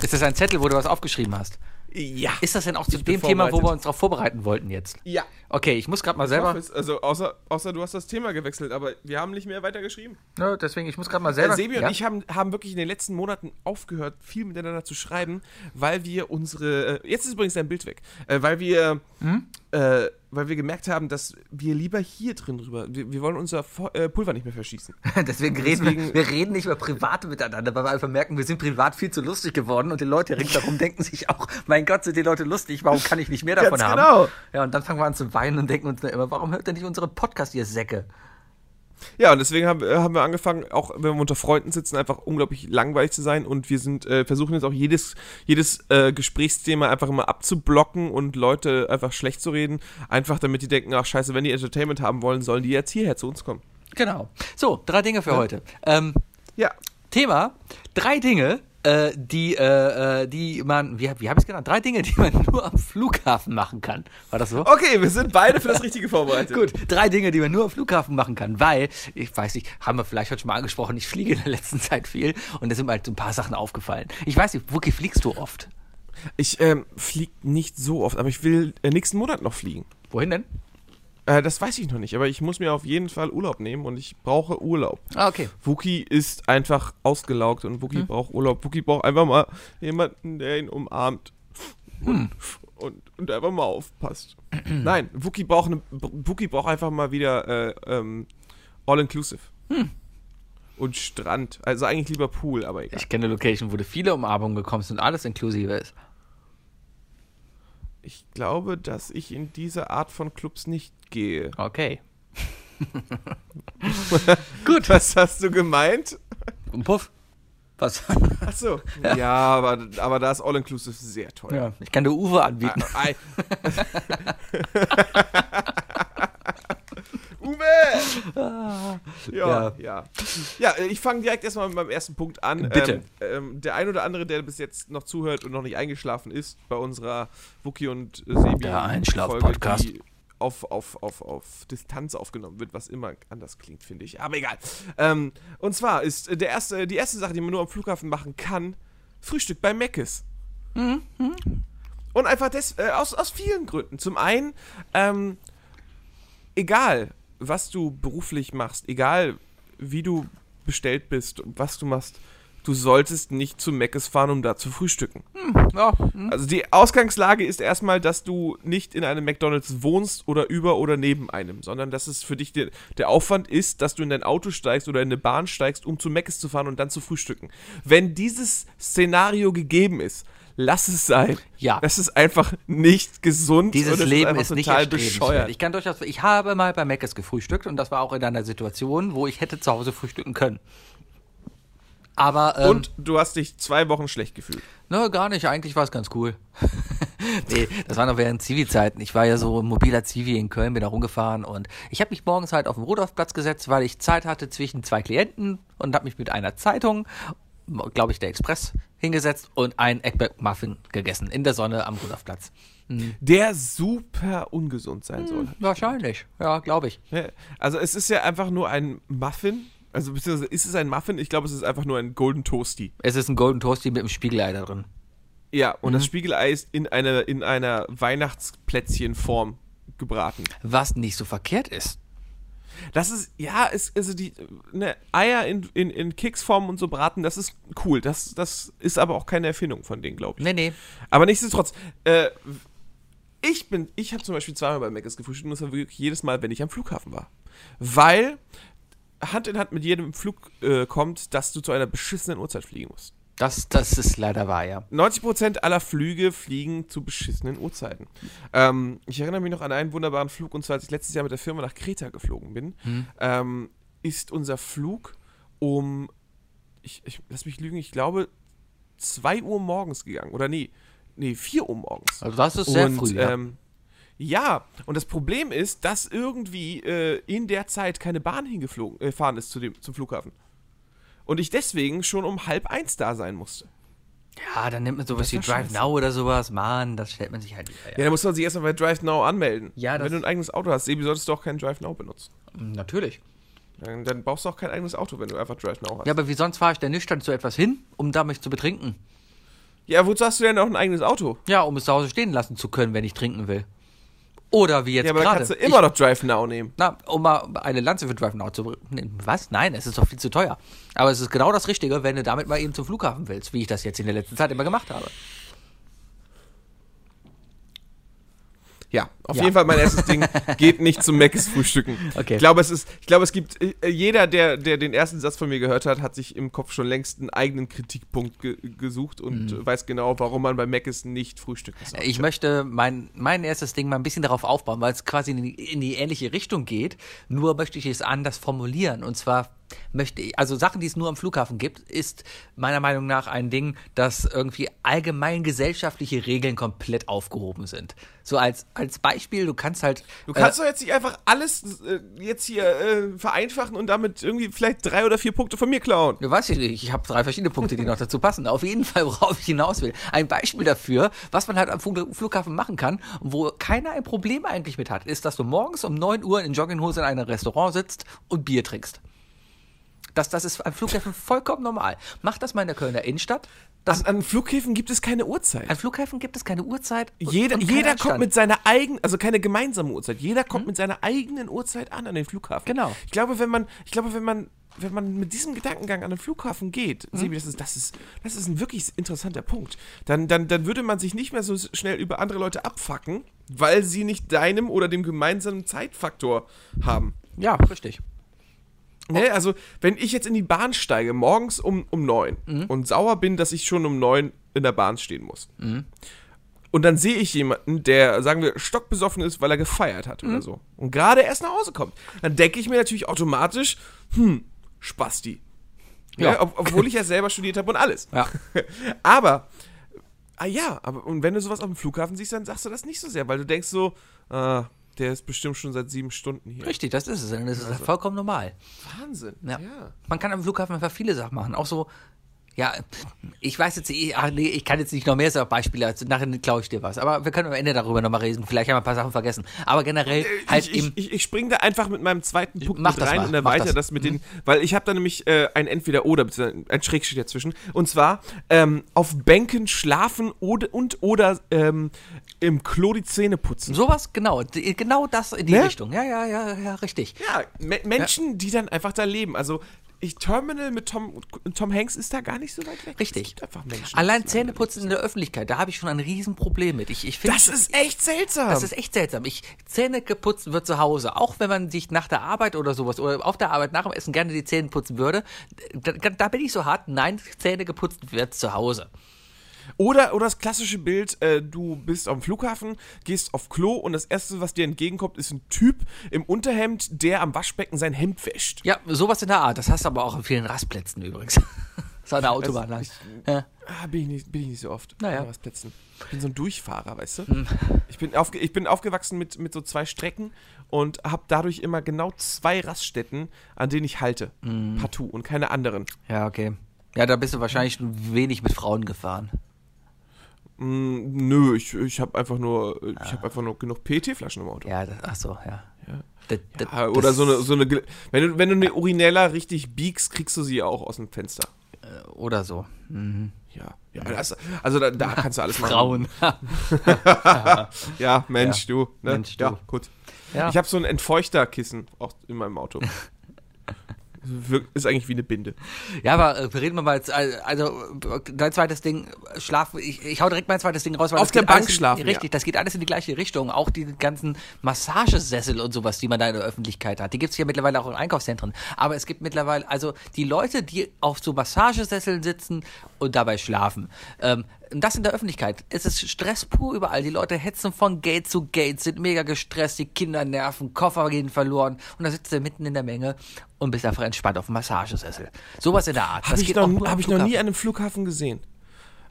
C: Ist das ein Zettel, wo du was aufgeschrieben hast?
B: Ja.
C: Ist das denn auch zu
B: Ich bin
C: dem Thema, wo wir
B: vorbereitet.
C: uns drauf vorbereiten wollten jetzt?
B: Ja.
C: Okay, ich muss gerade mal
B: Ich hoffe
C: selber.
B: es- Also außer, außer du hast das Thema gewechselt, aber wir haben nicht mehr weiter geschrieben.
C: Nö, Ne, deswegen, ich muss gerade mal
B: Äh,
C: selber.
B: Sebi und
C: ja?
B: ich haben, haben wirklich in den letzten Monaten aufgehört, viel miteinander zu schreiben, weil wir unsere. äh, Jetzt ist übrigens dein Bild weg. Äh, weil wir. Äh, weil wir gemerkt haben, dass wir lieber hier drin drüber. Wir, wir wollen unser Fo- äh, Pulver nicht mehr verschießen.
C: (laughs) Deswegen reden wir, wir reden nicht über Private miteinander, weil wir einfach merken, wir sind privat viel zu lustig geworden und die Leute (laughs) ringsherum denken sich auch, mein Gott, sind die Leute lustig, warum kann ich nicht mehr davon
B: Ganz
C: haben?
B: genau.
C: Ja, und dann fangen wir an zu weinen und denken uns dann immer, warum hört ihr nicht unseren Podcast, ihr Säcke?
B: Ja, und deswegen haben, äh, haben wir angefangen, auch wenn wir unter Freunden sitzen, einfach unglaublich langweilig zu sein. Und wir sind, äh, versuchen jetzt auch jedes, jedes äh, Gesprächsthema einfach immer abzublocken und Leute einfach schlecht zu reden. Einfach damit die denken, ach scheiße, wenn die Entertainment haben wollen, sollen die jetzt hierher zu uns kommen.
C: Genau. So, drei Dinge für heute. Ähm,
B: Ja.
C: Thema: drei Dinge, äh, die, äh, äh, die man, wie, hab- wie habe ich es genannt? Drei Dinge, die man (laughs) nur am Flughafen machen kann. War das so?
B: Okay, wir sind beide für das Richtige vorbereitet.
C: (laughs) Gut, drei Dinge, die man nur am Flughafen machen kann, weil, ich weiß nicht, haben wir vielleicht heute schon mal angesprochen, ich fliege in der letzten Zeit viel und da sind mir halt so ein paar Sachen aufgefallen. Ich weiß nicht, Wookie, fliegst du oft?
B: Ich ähm, fliege nicht so oft, aber ich will äh, nächsten Monat noch fliegen.
C: Wohin denn?
B: Äh, das weiß ich noch nicht, aber ich muss mir auf jeden Fall Urlaub nehmen und ich brauche Urlaub.
C: Ah, okay.
B: Wookie ist einfach ausgelaugt und Wookie braucht Urlaub. Wookie braucht einfach mal jemanden, der ihn umarmt und, und, und einfach mal aufpasst. Nein, Wookie braucht, eine, Wookie braucht einfach mal wieder äh, ähm, All-Inclusive. Und Strand. Also eigentlich lieber Pool, aber egal.
C: Ich kenne eine Location, wo du viele Umarmungen bekommst und alles inklusive ist.
B: Ich glaube, dass ich in diese Art von Clubs nicht gehe.
C: Okay.
B: Gut. Was hast du gemeint?
C: Und puff. Was?
B: Ach so. Ja, aber, aber da ist All-Inclusive sehr teuer.
C: (laughs) Ja. Ich kann dir Uwe anbieten.
B: Ei. (laughs) Uwe! Ah. Ja, ja. Ja, ich fange direkt erstmal mit meinem ersten Punkt an.
C: Bitte.
B: Ähm, ähm, der ein oder andere, der bis jetzt noch zuhört und noch nicht eingeschlafen ist, bei unserer Wookie und Sebi.
C: Der Einschlaf-Podcast.
B: Folge, die Auf, auf, auf, auf Distanz aufgenommen wird, was immer anders klingt, finde ich. Aber egal. Ähm, und zwar ist äh, der erste, die erste Sache, die man nur am Flughafen machen kann, Frühstück bei Meckes.
C: Mhm,
B: Und einfach des, äh, aus, aus vielen Gründen. Zum einen, ähm, egal, was du beruflich machst, egal, wie du bestellt bist und was du machst, du solltest nicht zu Meckes fahren, um da zu frühstücken.
C: Ah, Ja. (laughs) Hm?
B: Also die Ausgangslage ist erstmal, dass du nicht in einem McDonalds wohnst oder über oder neben einem, sondern dass es für dich der, der Aufwand ist, dass du in dein Auto steigst oder in eine Bahn steigst, um zu Meckes zu fahren und dann zu frühstücken. Wenn dieses Szenario gegeben ist, lass es sein.
C: Ja.
B: Das ist einfach nicht gesund.
C: Dieses
B: und es
C: Leben
B: einfach
C: ist, nicht
B: total
C: erstrebenswert.
B: bescheuert.
C: Ich kann durchaus, ich habe mal bei Meckes gefrühstückt und das war auch in einer Situation, wo ich hätte zu Hause frühstücken können. Aber ähm,
B: und du hast dich zwei Wochen schlecht gefühlt.
C: Ne, gar nicht. Eigentlich war es ganz cool. (laughs) nee, das war noch während Zivi-Zeiten. Ich war ja so ein mobiler Zivi in Köln, bin da rumgefahren und ich habe mich morgens halt auf den Rudolfplatz gesetzt, weil ich Zeit hatte zwischen zwei Klienten und habe mich mit einer Zeitung, glaube ich, der Express, hingesetzt und einen Eggback-Muffin gegessen in der Sonne am Rudolfplatz.
B: Der super ungesund sein soll.
C: Wahrscheinlich, ja, glaube ich.
B: Ja, Also es ist ja einfach nur ein Muffin. Also beziehungsweise ist es ein Muffin? Ich glaube, es ist einfach nur ein Golden Toasty.
C: Es ist ein Golden Toasty mit einem Spiegelei da drin.
B: Ja, und das Spiegelei ist in einer, in einer Weihnachtsplätzchenform gebraten.
C: Was nicht so verkehrt ist.
B: Das ist, ja, ist, also die ne, Eier in, in, in Keksform und so braten, das ist cool. Das, das ist aber auch keine Erfindung von denen, glaube ich.
C: Nee, nee.
B: Aber nichtsdestotrotz, äh, ich bin, ich habe zum Beispiel zweimal bei Mc's gefrühstückt und das war wirklich jedes Mal, wenn ich am Flughafen war. Weil Hand in Hand mit jedem Flug äh, kommt, dass du zu einer beschissenen Uhrzeit fliegen musst.
C: Das, das ist leider wahr, ja.
B: 90% aller Flüge fliegen zu beschissenen Uhrzeiten. Ähm, ich erinnere mich noch an einen wunderbaren Flug, und zwar als ich letztes Jahr mit der Firma nach Kreta geflogen bin,
C: Hm.
B: ähm, ist unser Flug um, ich, ich lass mich lügen, ich glaube 2 Uhr morgens gegangen. Oder nee, nee, 4 Uhr morgens.
C: Also das ist sehr
B: und,
C: früh. ja.
B: Ähm, ja, und das Problem ist, dass irgendwie äh, in der Zeit keine Bahn hingeflogen äh, fahren ist zu dem, zum Flughafen. Und ich deswegen schon um halb eins da sein musste.
C: Ja, dann nimmt man sowas wie
B: war
C: Drive
B: scheiße.
C: Now oder sowas. Mann, das stellt man sich halt nicht
B: Ja, da muss man sich erstmal bei Drive Now anmelden.
C: Ja,
B: Und
C: das-
B: Wenn du ein eigenes Auto hast, Sebi, solltest du auch kein Drive Now benutzen.
C: Natürlich.
B: Dann, dann brauchst du auch kein eigenes Auto, wenn du einfach Drive Now hast.
C: Ja, aber wie sonst fahre ich denn nüchtern zu etwas hin, um da mich zu betrinken?
B: Ja, wozu hast du denn auch ein eigenes Auto?
C: Ja, um es zu Hause stehen lassen zu können, wenn ich trinken will. Oder wie jetzt
B: Ja, aber dann
C: gerade.
B: kannst du immer noch Drive Now nehmen.
C: ich, na, um mal eine Lanze für Drive Now zu br- nee, Was? Nein, es ist doch viel zu teuer. Aber es ist genau das Richtige, wenn du damit mal eben zum Flughafen willst, wie ich das jetzt in der letzten Zeit immer gemacht habe.
B: Ja, auf
C: Ja.
B: jeden Fall mein erstes
C: (laughs)
B: Ding. Geht nicht zum Meckes frühstücken.
C: Okay.
B: Ich glaube, es ist, ich glaube, es gibt, äh, jeder, der, der den ersten Satz von mir gehört hat, hat sich im Kopf schon längst einen eigenen Kritikpunkt ge gesucht und
C: Mhm.
B: äh, weiß genau, warum man bei Meckes nicht frühstücken soll.
C: Genau. Ich möchte mein, mein erstes Ding mal ein bisschen darauf aufbauen, weil es quasi in die, in die ähnliche Richtung geht. Nur möchte ich es anders formulieren. Und zwar möchte ich, also Sachen, die es nur am Flughafen gibt, ist meiner Meinung nach ein Ding, dass irgendwie allgemein gesellschaftliche Regeln komplett aufgehoben sind. So als, als Beispiel, du kannst halt.
B: Du kannst doch jetzt nicht einfach alles äh, jetzt hier äh, vereinfachen und damit irgendwie vielleicht drei oder vier Punkte von mir klauen.
C: Ja, Weiß ich nicht. Ich habe drei verschiedene Punkte, die noch dazu passen. Auf jeden Fall, worauf ich hinaus will. Ein Beispiel dafür, was man halt am Flug- Flughafen machen kann, wo keiner ein Problem eigentlich mit hat, ist, dass du morgens um 9 Uhr in Jogginghose in einem Restaurant sitzt und Bier trinkst. Das, das ist am Flughafen vollkommen normal. Mach das mal in der Kölner Innenstadt. Das,
B: An, an Flughäfen gibt es keine Uhrzeit.
C: an Flughäfen gibt es keine Uhrzeit. Also, und-
B: Jeder,
C: und keinen
B: jeder
C: Anstand.
B: kommt mit seiner eigenen, also keine gemeinsame Uhrzeit. Jeder kommt mit seiner eigenen Uhrzeit an an den Flughafen.
C: Mhm. Genau.
B: Ich glaube, wenn man, ich glaube, wenn man, wenn man mit diesem Gedankengang an den Flughafen geht,
C: Mhm.
B: Sebi, das ist, das ist, das ist ein wirklich interessanter Punkt. Dann, dann, dann würde man sich nicht mehr so schnell über andere Leute abfacken, weil sie nicht deinem oder dem gemeinsamen Zeitfaktor haben.
C: Ja, richtig.
B: Ne, also, wenn ich jetzt in die Bahn steige, morgens um, um neun
C: Mhm.
B: und sauer bin, dass ich schon um neun in der Bahn stehen muss.
C: Mhm.
B: Und dann sehe ich jemanden, der, sagen wir, stockbesoffen ist, weil er gefeiert hat
C: Mhm.
B: oder so. Und gerade erst nach Hause kommt. Dann denke ich mir natürlich automatisch, hm, Spasti. Ja.
C: Ja.
B: ob, obwohl ich ja selber studiert habe und alles.
C: Ja.
B: (laughs) Aber, ah ja, aber, und wenn du sowas auf dem Flughafen siehst, dann sagst du das nicht so sehr, weil du denkst so, ah, der ist bestimmt schon seit sieben Stunden hier.
C: Richtig, das ist es. Und Das
B: Also.
C: ist vollkommen normal.
B: Wahnsinn.
C: Ja. Man kann am Flughafen einfach viele Sachen machen. Auch so, ja, ich weiß jetzt, eh- ach nee, ich kann jetzt nicht noch mehr so Beispiele, also nachher klaue ich dir was. Aber wir können am Ende darüber nochmal reden. Vielleicht haben wir ein paar Sachen vergessen. Aber generell halt
B: Äh, ich,
C: eben.
B: ich, ich, ich springe da einfach mit meinem zweiten Punkt
C: Mach
B: mit
C: das
B: rein
C: mal,
B: und
C: mach
B: erweitere
C: das. Mhm.
B: das. mit den, weil ich habe da nämlich äh, ein Entweder-Oder, beziehungsweise ein Schrägstrich dazwischen. Und zwar ähm, auf Bänken schlafen oder, und oder ähm, im Klo die Zähne putzen.
C: Sowas, genau, d- genau das in die
B: Ne?
C: Richtung. Ja, ja, ja, ja, richtig.
B: Ja, Me Menschen, die dann einfach da leben. Also ich, Terminal mit Tom, Tom Hanks ist da gar nicht so weit weg.
C: Richtig.
B: Es gibt einfach Menschen.
C: Allein Zähneputzen in der Öffentlichkeit, da habe ich schon ein Riesenproblem mit. Ich, ich finde
B: Das ist echt seltsam.
C: Das ist echt seltsam. Ich, Zähne geputzt wird zu Hause. Auch wenn man sich nach der Arbeit oder sowas oder auf der Arbeit nach dem Essen gerne die Zähne putzen würde, da, da bin ich so hart. Nein, Zähne geputzt wird zu Hause.
B: Oder, oder das klassische Bild, äh, du bist am Flughafen, gehst auf Klo und das Erste, was dir entgegenkommt, ist ein Typ im Unterhemd, der am Waschbecken sein Hemd wäscht.
C: Ja, sowas in der Art. Das hast du aber auch in vielen Rastplätzen übrigens. (laughs) so an der Autobahn lang. Ja.
B: Ah, bin ich nicht, bin ich nicht so oft.
C: Naja.
B: An Rastplätzen. Ich bin so ein Durchfahrer, weißt du? Ich, bin aufge ich bin aufgewachsen mit, mit so zwei Strecken und habe dadurch immer genau zwei Raststätten, an denen ich halte. Partout und keine anderen.
C: ja, okay. Ja, da bist du wahrscheinlich schon wenig mit Frauen gefahren.
B: Mm, nö, ich, ich habe einfach, nur- ich hab einfach nur genug PET-Flaschen im Auto.
C: Ja, das, ach so, ja. D- d-
B: Ah,
C: das-
B: Oder so eine, so eine Gl- wenn du, wenn du eine Urinella richtig biegst, kriegst du sie auch aus dem Fenster.
C: Oder so.
B: Ja, ja das, also da, da kannst du alles machen.
C: Frauen.
B: Ja, Mensch, du. Ne?
C: Mensch, du.
B: Ja, gut.
C: Ja.
B: Ich habe so ein Entfeuchterkissen auch in meinem
C: (laughs)
B: Auto. Wir- Ist eigentlich wie eine Binde.
C: Ja, aber äh, reden wir mal jetzt, äh, also äh, dein zweites Ding, äh, schlaf, ich, ich hau direkt mein zweites Ding raus. Weil
B: Auf
C: das
B: der
C: geht
B: Bank
C: alles in,
B: schlafen,
C: Richtig,
B: ja.
C: das geht alles in die gleiche Richtung. Auch die ganzen Massagesessel und sowas, die man da in der Öffentlichkeit hat. Die gibt's ja mittlerweile auch in Einkaufszentren. Aber es gibt mittlerweile, also die Leute, die auf so Massagesesseln sitzen und dabei schlafen. Ähm, und das in der Öffentlichkeit. Es ist Stress pur überall. Die Leute hetzen von Gate zu Gate, sind mega gestresst, die Kinder nerven, Koffer gehen verloren. Und da sitzt er mitten in der Menge und bist einfach entspannt auf dem Massagesessel. Sowas in der Art.
B: Habe ich, noch,
C: nur am
B: hab ich noch nie
C: Flughafen.
B: an einem Flughafen gesehen.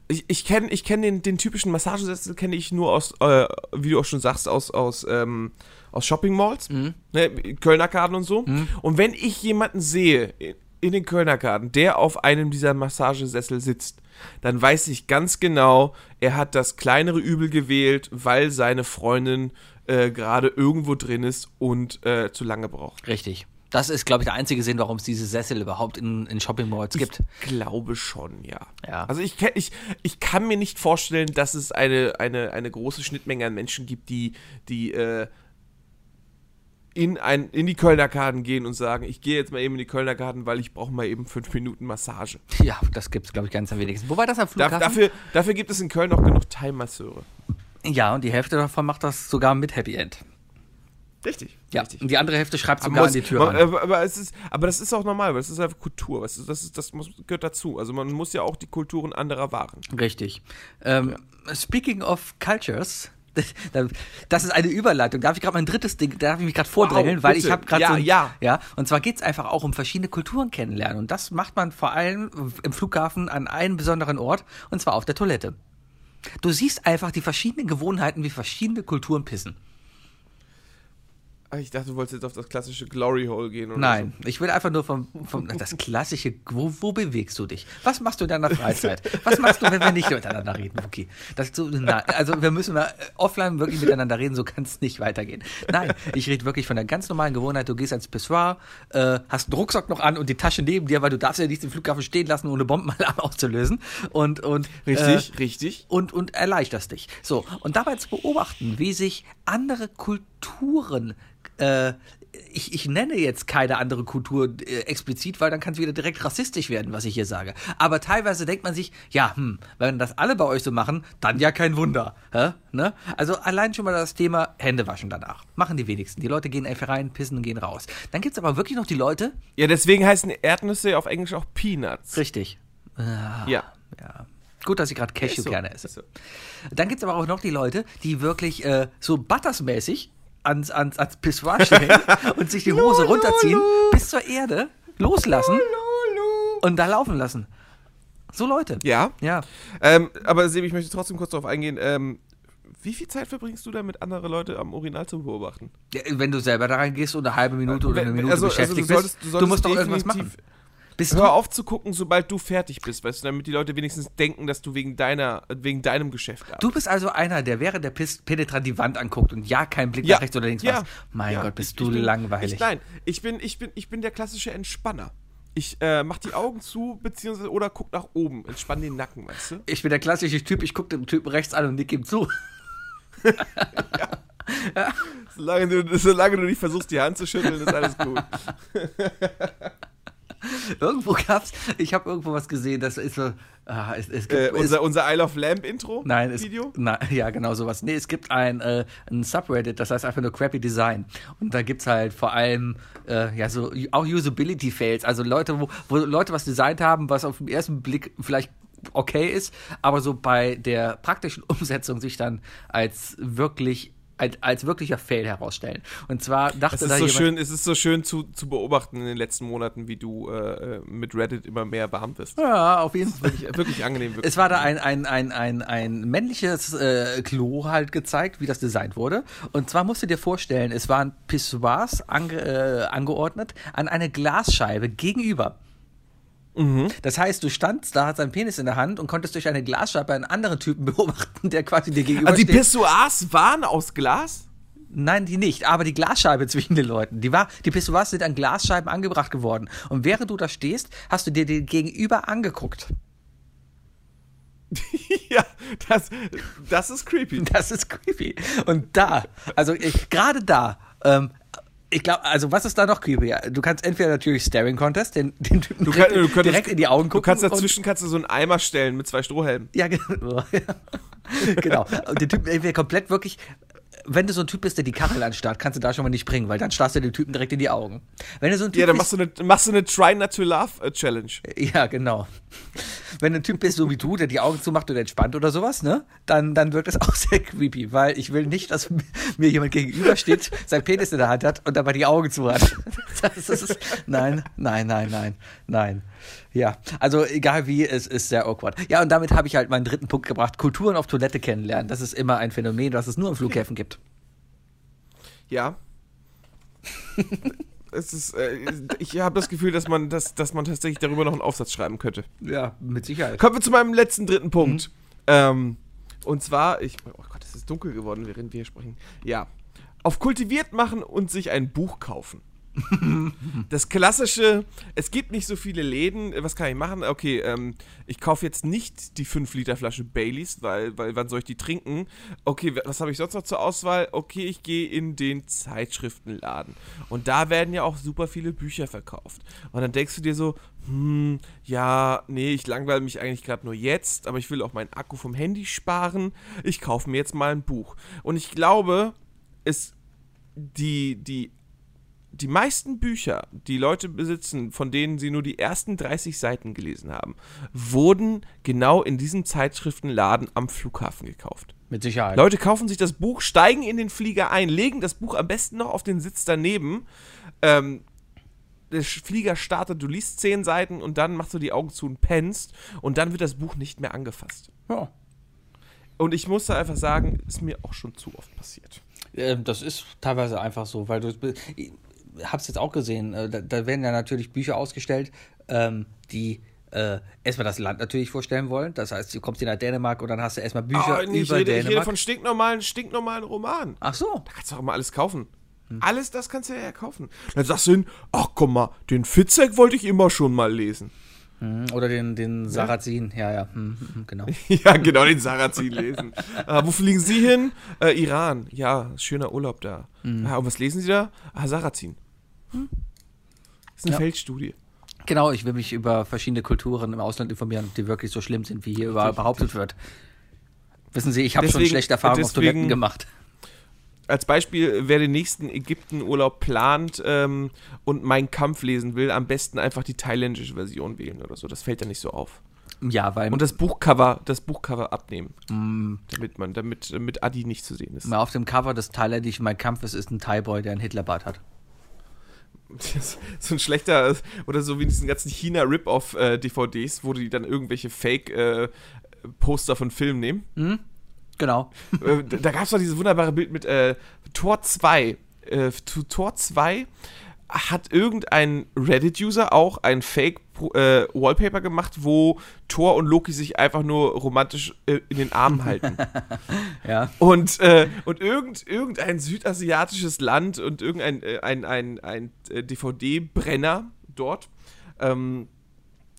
B: Ich, ich kenne ich kenn den, den typischen Massagesessel, kenne ich nur aus, äh, wie du auch schon sagst, aus, aus, ähm, aus Shopping-Malls,
C: Mhm.
B: ne, Kölner Karten und so. Und wenn ich jemanden sehe in- in den Kölner Karten, der auf einem dieser Massagesessel sitzt, dann weiß ich ganz genau, er hat das kleinere Übel gewählt, weil seine Freundin äh, gerade irgendwo drin ist und äh, zu lange braucht.
C: Richtig. Das ist, glaube ich, der einzige Sinn, warum es diese Sessel überhaupt in, in Shopping Malls gibt.
B: Ich glaube schon, ja.
C: Ja.
B: Also ich, ke- ich, ich kann mir nicht vorstellen, dass es eine, eine, eine große Schnittmenge an Menschen gibt, die, die äh, in, ein, in die Kölner Karten gehen und sagen, ich gehe jetzt mal eben in die Kölner Karten, weil ich brauche mal eben fünf Minuten Massage.
C: Ja, das gibt es, glaube ich, ganz am wenigsten. Wobei das am
B: Da,
C: Flughafen.
B: dafür, dafür gibt es in Köln auch genug Time-Masseure.
C: ja, und die Hälfte davon macht das sogar mit Happy End.
B: Richtig.
C: Ja.
B: richtig.
C: Und die andere Hälfte schreibt
B: Man
C: sogar
B: muss-
C: an die Tür
B: man,
C: ran.
B: aber, aber, es ist, aber das ist auch normal, weil das ist einfach Kultur. Das, ist, das, ist, das muss, gehört dazu. Also man muss ja auch die Kulturen anderer wahren.
C: Richtig. Ähm, Speaking of Cultures. (laughs) Das ist eine Überleitung. Darf ich gerade mein drittes Ding, darf ich mich gerade vordrängeln, weil ich
B: bitte.
C: habe gerade
B: Ja,
C: so ein-
B: ja.
C: ja. Und zwar geht's einfach auch um verschiedene Kulturen kennenlernen und das macht man vor allem im Flughafen an einem besonderen Ort und zwar auf der Toilette. Du siehst einfach die verschiedenen Gewohnheiten, wie verschiedene Kulturen pissen.
B: Ah, Ich dachte, du wolltest jetzt auf das klassische Glory Hole gehen. Oder
C: Nein, ich will einfach nur vom, vom das klassische, wo, wo bewegst du dich? Was machst du in deiner Freizeit? Was machst du, wenn wir nicht miteinander reden, Wookie? Das so, na, also wir müssen mal äh, offline wirklich miteinander reden, so kann es nicht weitergehen. Nein, ich rede wirklich von der ganz normalen Gewohnheit, du gehst ans Pissoir, äh, hast einen Rucksack noch an und die Tasche neben dir, weil du darfst ja nichts im Flughafen stehen lassen, ohne (laughs) Bombenalarm auszulösen. Und, und
B: so.
C: äh,
B: Richtig, richtig.
C: und, und erleichterst dich. So, und dabei zu beobachten, wie sich andere Kulturen, äh, ich, ich nenne jetzt keine andere Kultur äh, explizit, weil dann kann es wieder direkt rassistisch werden, was ich hier sage. Aber teilweise denkt man sich, ja, hm, wenn das alle bei euch so machen, dann ja kein Wunder. Hä? Ne? Also allein schon mal das Thema Hände waschen danach. Machen die wenigsten. Die Leute gehen einfach rein, pissen und gehen raus. Dann gibt es aber wirklich noch die Leute,
B: Ja, deswegen heißen Erdnüsse auf Englisch auch Peanuts.
C: richtig, Ah.
B: Ja.
C: Ja. Gut, dass ich gerade Cashewkerne
B: Ist so,
C: esse.
B: ist so.
C: Dann gibt es aber auch noch die Leute, die wirklich äh, so buttersmäßig ans, ans, ans Pissoir
B: (laughs)
C: stellen und sich die Hose runterziehen, bis zur Erde loslassen und da laufen lassen. So Leute.
B: Ja.
C: Ja.
B: Ähm, aber Sebi, ich möchte trotzdem kurz darauf eingehen. Ähm, wie viel Zeit verbringst du damit, andere Leute am Urinal zu beobachten?
C: Ja, Wenn du selber da reingehst und eine halbe Minute oder eine
B: Wenn-
C: Minute
B: also- also
C: beschäftigt
B: solltest-
C: bist, du,
B: solltest
C: musst doch irgendwas machen.
B: definitiv-
C: Bist
B: Hör auf zu gucken, sobald du fertig bist, weißt du, damit die Leute wenigstens denken, dass du wegen deiner, wegen deinem Geschäft arbeitest.
C: Du bist also einer, der während der Piss penetrant die Wand anguckt und ja keinen Blick nach rechts oder links
B: ja,
C: macht. Mein
B: ja.
C: Gott, bist
B: Ich-
C: du
B: ich bin,
C: langweilig.
B: Ich, nein, ich bin, ich, bin, ich bin der klassische Entspanner. Ich äh, mach die Augen zu, beziehungsweise oder guck nach oben, entspann den Nacken, weißt du?
C: ich bin der klassische Typ, ich gucke dem Typen rechts an und nick ihm zu. (laughs)
B: Solange du, solange du nicht versuchst, die Hand zu schütteln, ist alles gut.
C: Irgendwo gab's, ich habe irgendwo was gesehen, das ist so, ah, es, es gibt,
B: Äh,
C: es,
B: unser, unser Isle of Lamp Intro?
C: nein, es,
B: Video?
C: Na, ja, genau sowas. Nee, es gibt ein, äh, ein Subreddit, das heißt einfach nur Crappy Design. Und da gibt's halt vor allem, äh, ja, so, u- auch Usability Fails, also Leute, wo, wo Leute was designt haben, was auf den ersten Blick vielleicht okay ist, aber so bei der praktischen (laughs) Umsetzung sich dann als wirklich als, als wirklicher Fail herausstellen. Und zwar dachte
B: Es ist,
C: da
B: so
C: jemand,
B: schön, es ist so schön zu, zu beobachten in den letzten Monaten, wie du äh, äh, mit Reddit immer mehr warm wirst.
C: ja, auf jeden
B: (laughs)
C: Fall.
B: Wirklich, wirklich angenehm. Wirklich.
C: Es war da ein, ein, ein, ein, ein männliches äh, Klo halt gezeigt, wie das designt wurde. Und zwar musst du dir vorstellen, es waren Pissoirs ange, äh, angeordnet an eine Glasscheibe gegenüber.
B: Mhm.
C: Das heißt, du standst da, hast deinen Penis in der Hand und konntest durch eine Glasscheibe einen anderen Typen (laughs) beobachten, der quasi dir gegenüber
B: also die
C: steht.
B: Pissoirs waren aus Glas? (laughs)
C: Nein, die nicht, aber die Glasscheibe (laughs) zwischen den Leuten. Die, war, die Pissoirs sind an Glasscheiben angebracht geworden. Und während du da stehst, hast du dir den Gegenüber angeguckt.
B: ja, das, das ist creepy.
C: (laughs) Das ist creepy. Und da, also ich gerade da, ähm, ich glaube, also was ist da noch creepy? Du kannst entweder natürlich Staring Contest, den, den Typen
B: kann-
C: direkt, direkt in die Augen
B: Du
C: gucken.
B: kannst
C: und-
B: dazwischen kannst du so einen Eimer stellen mit zwei Strohhelmen.
C: Ja, (laughs) genau. genau. Und den Typen entweder komplett wirklich, wenn du so ein Typ bist, der die Kachel anstarrt, kannst du da schon mal nicht bringen, weil dann starrst du den Typen direkt in die Augen. Wenn du so ein Typ
B: Ja, dann
C: bist,
B: machst du eine, machst du eine Try Not to Laugh äh, Challenge.
C: Ja, genau. Wenn du ein Typ bist, so wie du, der die Augen zumacht und entspannt oder sowas, ne? Dann, dann wirkt das (laughs) auch sehr creepy, weil ich will nicht, dass mir jemand gegenübersteht, sein Penis in der Hand hat und dabei die Augen zu hat. (laughs) Das ist, nein, nein, nein, nein, nein. Ja, also egal wie, es ist sehr awkward. Ja, und damit habe ich halt meinen dritten Punkt gebracht. Kulturen auf Toilette kennenlernen. Das ist immer ein Phänomen, was es nur an Flughäfen gibt. (laughs)
B: Ja. es ist, äh, ich habe das Gefühl, dass man, dass, dass man tatsächlich darüber noch einen Aufsatz schreiben könnte.
C: Ja, mit Sicherheit.
B: Kommen wir zu meinem letzten dritten Punkt. Ähm, und zwar, ich, oh Gott, es ist dunkel geworden, während wir hier sprechen. Ja. Auf kultiviert machen und sich ein Buch kaufen. Das klassische, es gibt nicht so viele Läden, äh, was kann ich machen? Okay, ähm, ich kaufe jetzt nicht die 5-Liter-Flasche Baileys, weil, weil wann soll ich die trinken? Okay, wa- was habe ich sonst noch zur Auswahl? Okay, ich gehe in den Zeitschriftenladen. Und da werden ja auch super viele Bücher verkauft. Und dann denkst du dir so, hm, ja, nee, ich langweile mich eigentlich gerade nur jetzt, aber ich will auch meinen Akku vom Handy sparen. Ich kaufe mir jetzt mal ein Buch. Und ich glaube, es die, die, die meisten Bücher, die Leute besitzen, von denen sie nur die ersten 30 Seiten gelesen haben, wurden genau in diesem Zeitschriftenladen am Flughafen gekauft.
C: Mit Sicherheit.
B: Leute kaufen sich das Buch, steigen in den Flieger ein, legen das Buch am besten noch auf den Sitz daneben. Ähm, der Sch- Flieger startet, du liest zehn Seiten und dann machst du die Augen zu und pennst und dann wird das Buch nicht mehr angefasst.
C: Ja.
B: Und ich muss da einfach sagen, ist mir auch schon zu oft passiert.
E: Ähm, das ist teilweise einfach so, weil du. Ich hab's jetzt auch gesehen. äh, Da, da werden ja natürlich Bücher ausgestellt, ähm, die. Äh, erstmal das Land natürlich vorstellen wollen. Das heißt, du kommst hier nach Dänemark und dann hast du erstmal Bücher
B: Oh, nee, ich,
E: über
B: rede, ich rede
E: Dänemark.
B: von stinknormalen, stinknormalen Romanen.
E: Ach so.
B: Da kannst du auch immer alles kaufen. Alles das kannst du ja kaufen. Dann sagst du hin, ach komm mal, den Fitzek wollte ich immer schon mal lesen. (laughs)
E: Hm, Oder den, den Sarrazin. Ja, ja. Hm, hm, hm, genau.
B: Ja, genau, den Sarrazin lesen. äh, wo fliegen Sie hin? Äh, Iran. Ja, schöner Urlaub da. Ah, und was lesen Sie da? Ah, Sarrazin. Hm? Ist eine Feldstudie.
C: Genau, ich will mich über verschiedene Kulturen im Ausland informieren, die wirklich so schlimm sind, wie hier überall behauptet wird. Wissen Sie, ich habe schon
B: Deswegen-
C: schlechte Erfahrungen auf
B: deswegen-
C: Toiletten gemacht.
B: Als Beispiel, wer den nächsten Ägyptenurlaub plant ähm, und meinen Kampf lesen will, am besten einfach die thailändische Version wählen oder so. Das fällt dann nicht so auf.
C: Ja, weil
B: Und das Buchcover, das Buchcover abnehmen. Damit man, damit, damit Adi nicht zu sehen ist.
C: mal auf dem Cover des thailändischen Mein Kampf ist, ist ein Thai-Boy, der einen Hitlerbart hat.
B: (laughs) Das ist so ein schlechter, oder so wie in diesen ganzen äh, China-Rip-Off-DVDs, wo die dann irgendwelche Fake-Poster von Filmen nehmen.
C: (laughs) Genau.
B: Äh, da da gab es doch dieses wunderbare Bild mit äh, Tor 2. Äh, zu Tor 2 hat irgendein Reddit-User auch ein Fake-Wallpaper gemacht, wo Thor und Loki sich einfach nur romantisch äh, in den Armen halten.
C: Ja.
B: Und, äh, und irgend, irgendein südasiatisches Land und irgendein äh, ein, ein, ein, äh, DVD-Brenner dort ähm,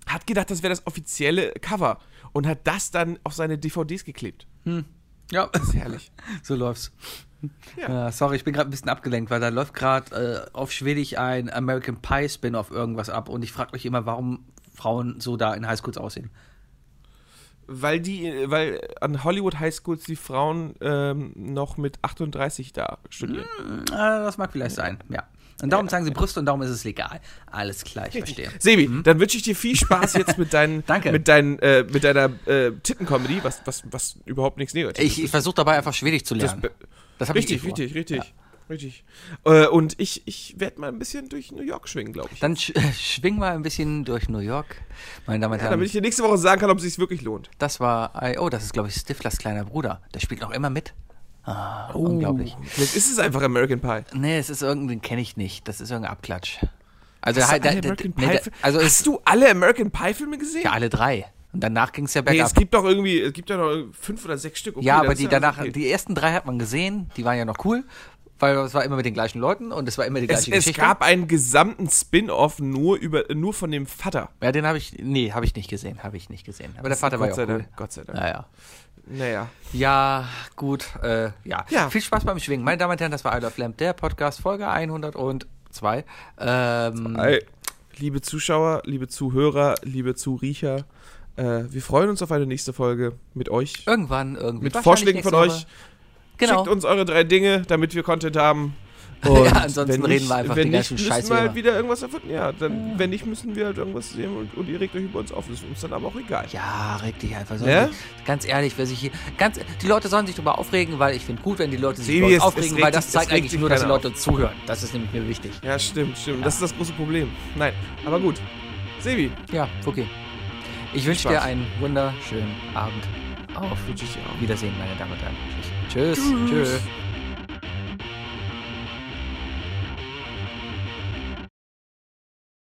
B: hat gedacht, das wäre das offizielle Cover und hat das dann auf seine DVDs geklebt.
C: Ja,
B: Das ist herrlich.
C: so läuft's.
B: Ja.
C: Ja. sorry, ich bin gerade ein bisschen abgelenkt, weil da läuft gerade äh, auf Schwedisch ein American Pie Spin-off irgendwas ab und ich frage mich immer, warum Frauen so da in Highschools aussehen.
B: Weil die, äh, weil an Hollywood Highschools die Frauen ähm, noch mit 38 da studieren.
C: Mhm. Ah, das mag vielleicht sein, ja. Und darum sagen sie Brüste und darum ist es legal. Alles klar, ich verstehe.
B: Sebi, dann wünsche ich dir viel Spaß jetzt mit, deinen,
C: Mhm. (laughs) Danke.
B: mit, deinen, äh, mit deiner äh, Titten-Comedy, was, was, was überhaupt nichts Negatives
C: Ich, ich versuche dabei einfach Schwedisch zu
B: Das
C: lernen.
B: be-
C: Das hab ich eh
B: richtig,
C: vor.
B: richtig, richtig, richtig. Äh, und ich, ich werde mal ein bisschen durch New York schwingen, glaube ich.
C: Dann sch schwing mal ein bisschen durch New York, meine Damen und Herren.
B: Damit ich dir nächste Woche sagen kann, ob es sich wirklich lohnt.
C: Das war, I- oh, das ist, glaube ich, Stiflers kleiner Bruder. Der spielt noch immer mit. Ah, unglaublich.
B: Vielleicht ist es einfach American Pie.
C: Nee, es ist irgendein, kenne ich nicht. Das ist irgendein Abklatsch. Also,
B: Hast
C: halt,
B: du alle
C: der- der-
B: American
C: nee, der-
B: Pie-Filme-
C: also es,
B: Hast du alle American Pie-Filme gesehen?
C: ja, alle drei. Und danach ging es ja
B: Nee,
C: bergab.
B: es gibt doch irgendwie, es gibt ja noch fünf oder sechs Stück. Okay,
C: ja,
B: dann
C: aber
B: ist
C: die
B: alles
C: danach,
B: okay.
C: die ersten drei hat man gesehen, die waren ja noch cool, weil es war immer mit den gleichen Leuten und es war immer die
B: es,
C: gleiche
B: es
C: Geschichte.
B: gab einen gesamten Spin-off nur, über- nur von dem Vater.
C: ja, den habe ich, nee, habe ich nicht gesehen, habe ich nicht gesehen. Aber der Vater war
B: Gott
C: ja auch
B: sei
C: cool.
B: Dank, Gott sei Dank.
C: Naja.
B: Naja.
C: Ja, gut, äh, ja.
B: Ja.
C: Viel Spaß beim Schwingen. Meine Damen und Herren, das war I Love Lamp, der Podcast, Folge 102. Ähm,
B: Ei. Liebe Zuschauer, liebe Zuhörer, liebe Zuriecher, äh, wir freuen uns auf eine nächste Folge mit euch.
C: irgendwann, irgendwie.
B: mit Vorschlägen
C: wahrscheinlich
B: von
C: nächste
B: euch.
C: Woche. Genau.
B: Schickt uns eure drei Dinge, damit wir Content haben. (laughs)
C: Ja,
B: wenn
C: ansonsten reden
B: nicht-
C: wir einfach
B: wenn
C: den
B: nicht,
C: ganzen
B: müssen wir
C: Scheiß wie
B: halt
C: immer.
B: wieder irgendwas erfinden. Ja, dann, wenn nicht, müssen wir halt irgendwas sehen und, und ihr regt euch über uns auf. Das ist uns dann aber auch egal.
C: Ja, reg dich einfach so.
B: Ne?
C: Ganz ehrlich, wer sich hier. Ganz, die Leute sollen sich darüber aufregen, weil ich finde gut, wenn die Leute sich
B: Sebi,
C: über uns
B: es- es
C: aufregen,
B: regt
C: weil das
B: sich-
C: zeigt
B: es regt
C: eigentlich
B: sich
C: nur, dass die
B: keiner
C: Leute uns zuhören. Das ist nämlich mir wichtig.
B: Ja, stimmt, stimmt. Das ist das große Problem. Nein, aber gut. Sebi,
C: Ja, okay. Ich wünsche
B: Spaß.
C: dir einen wunderschönen Abend. Auf
B: wünsche ich dir auch.
C: Wiedersehen, meine Damen und Herren. Tschüss. Tschüss. Tschüss.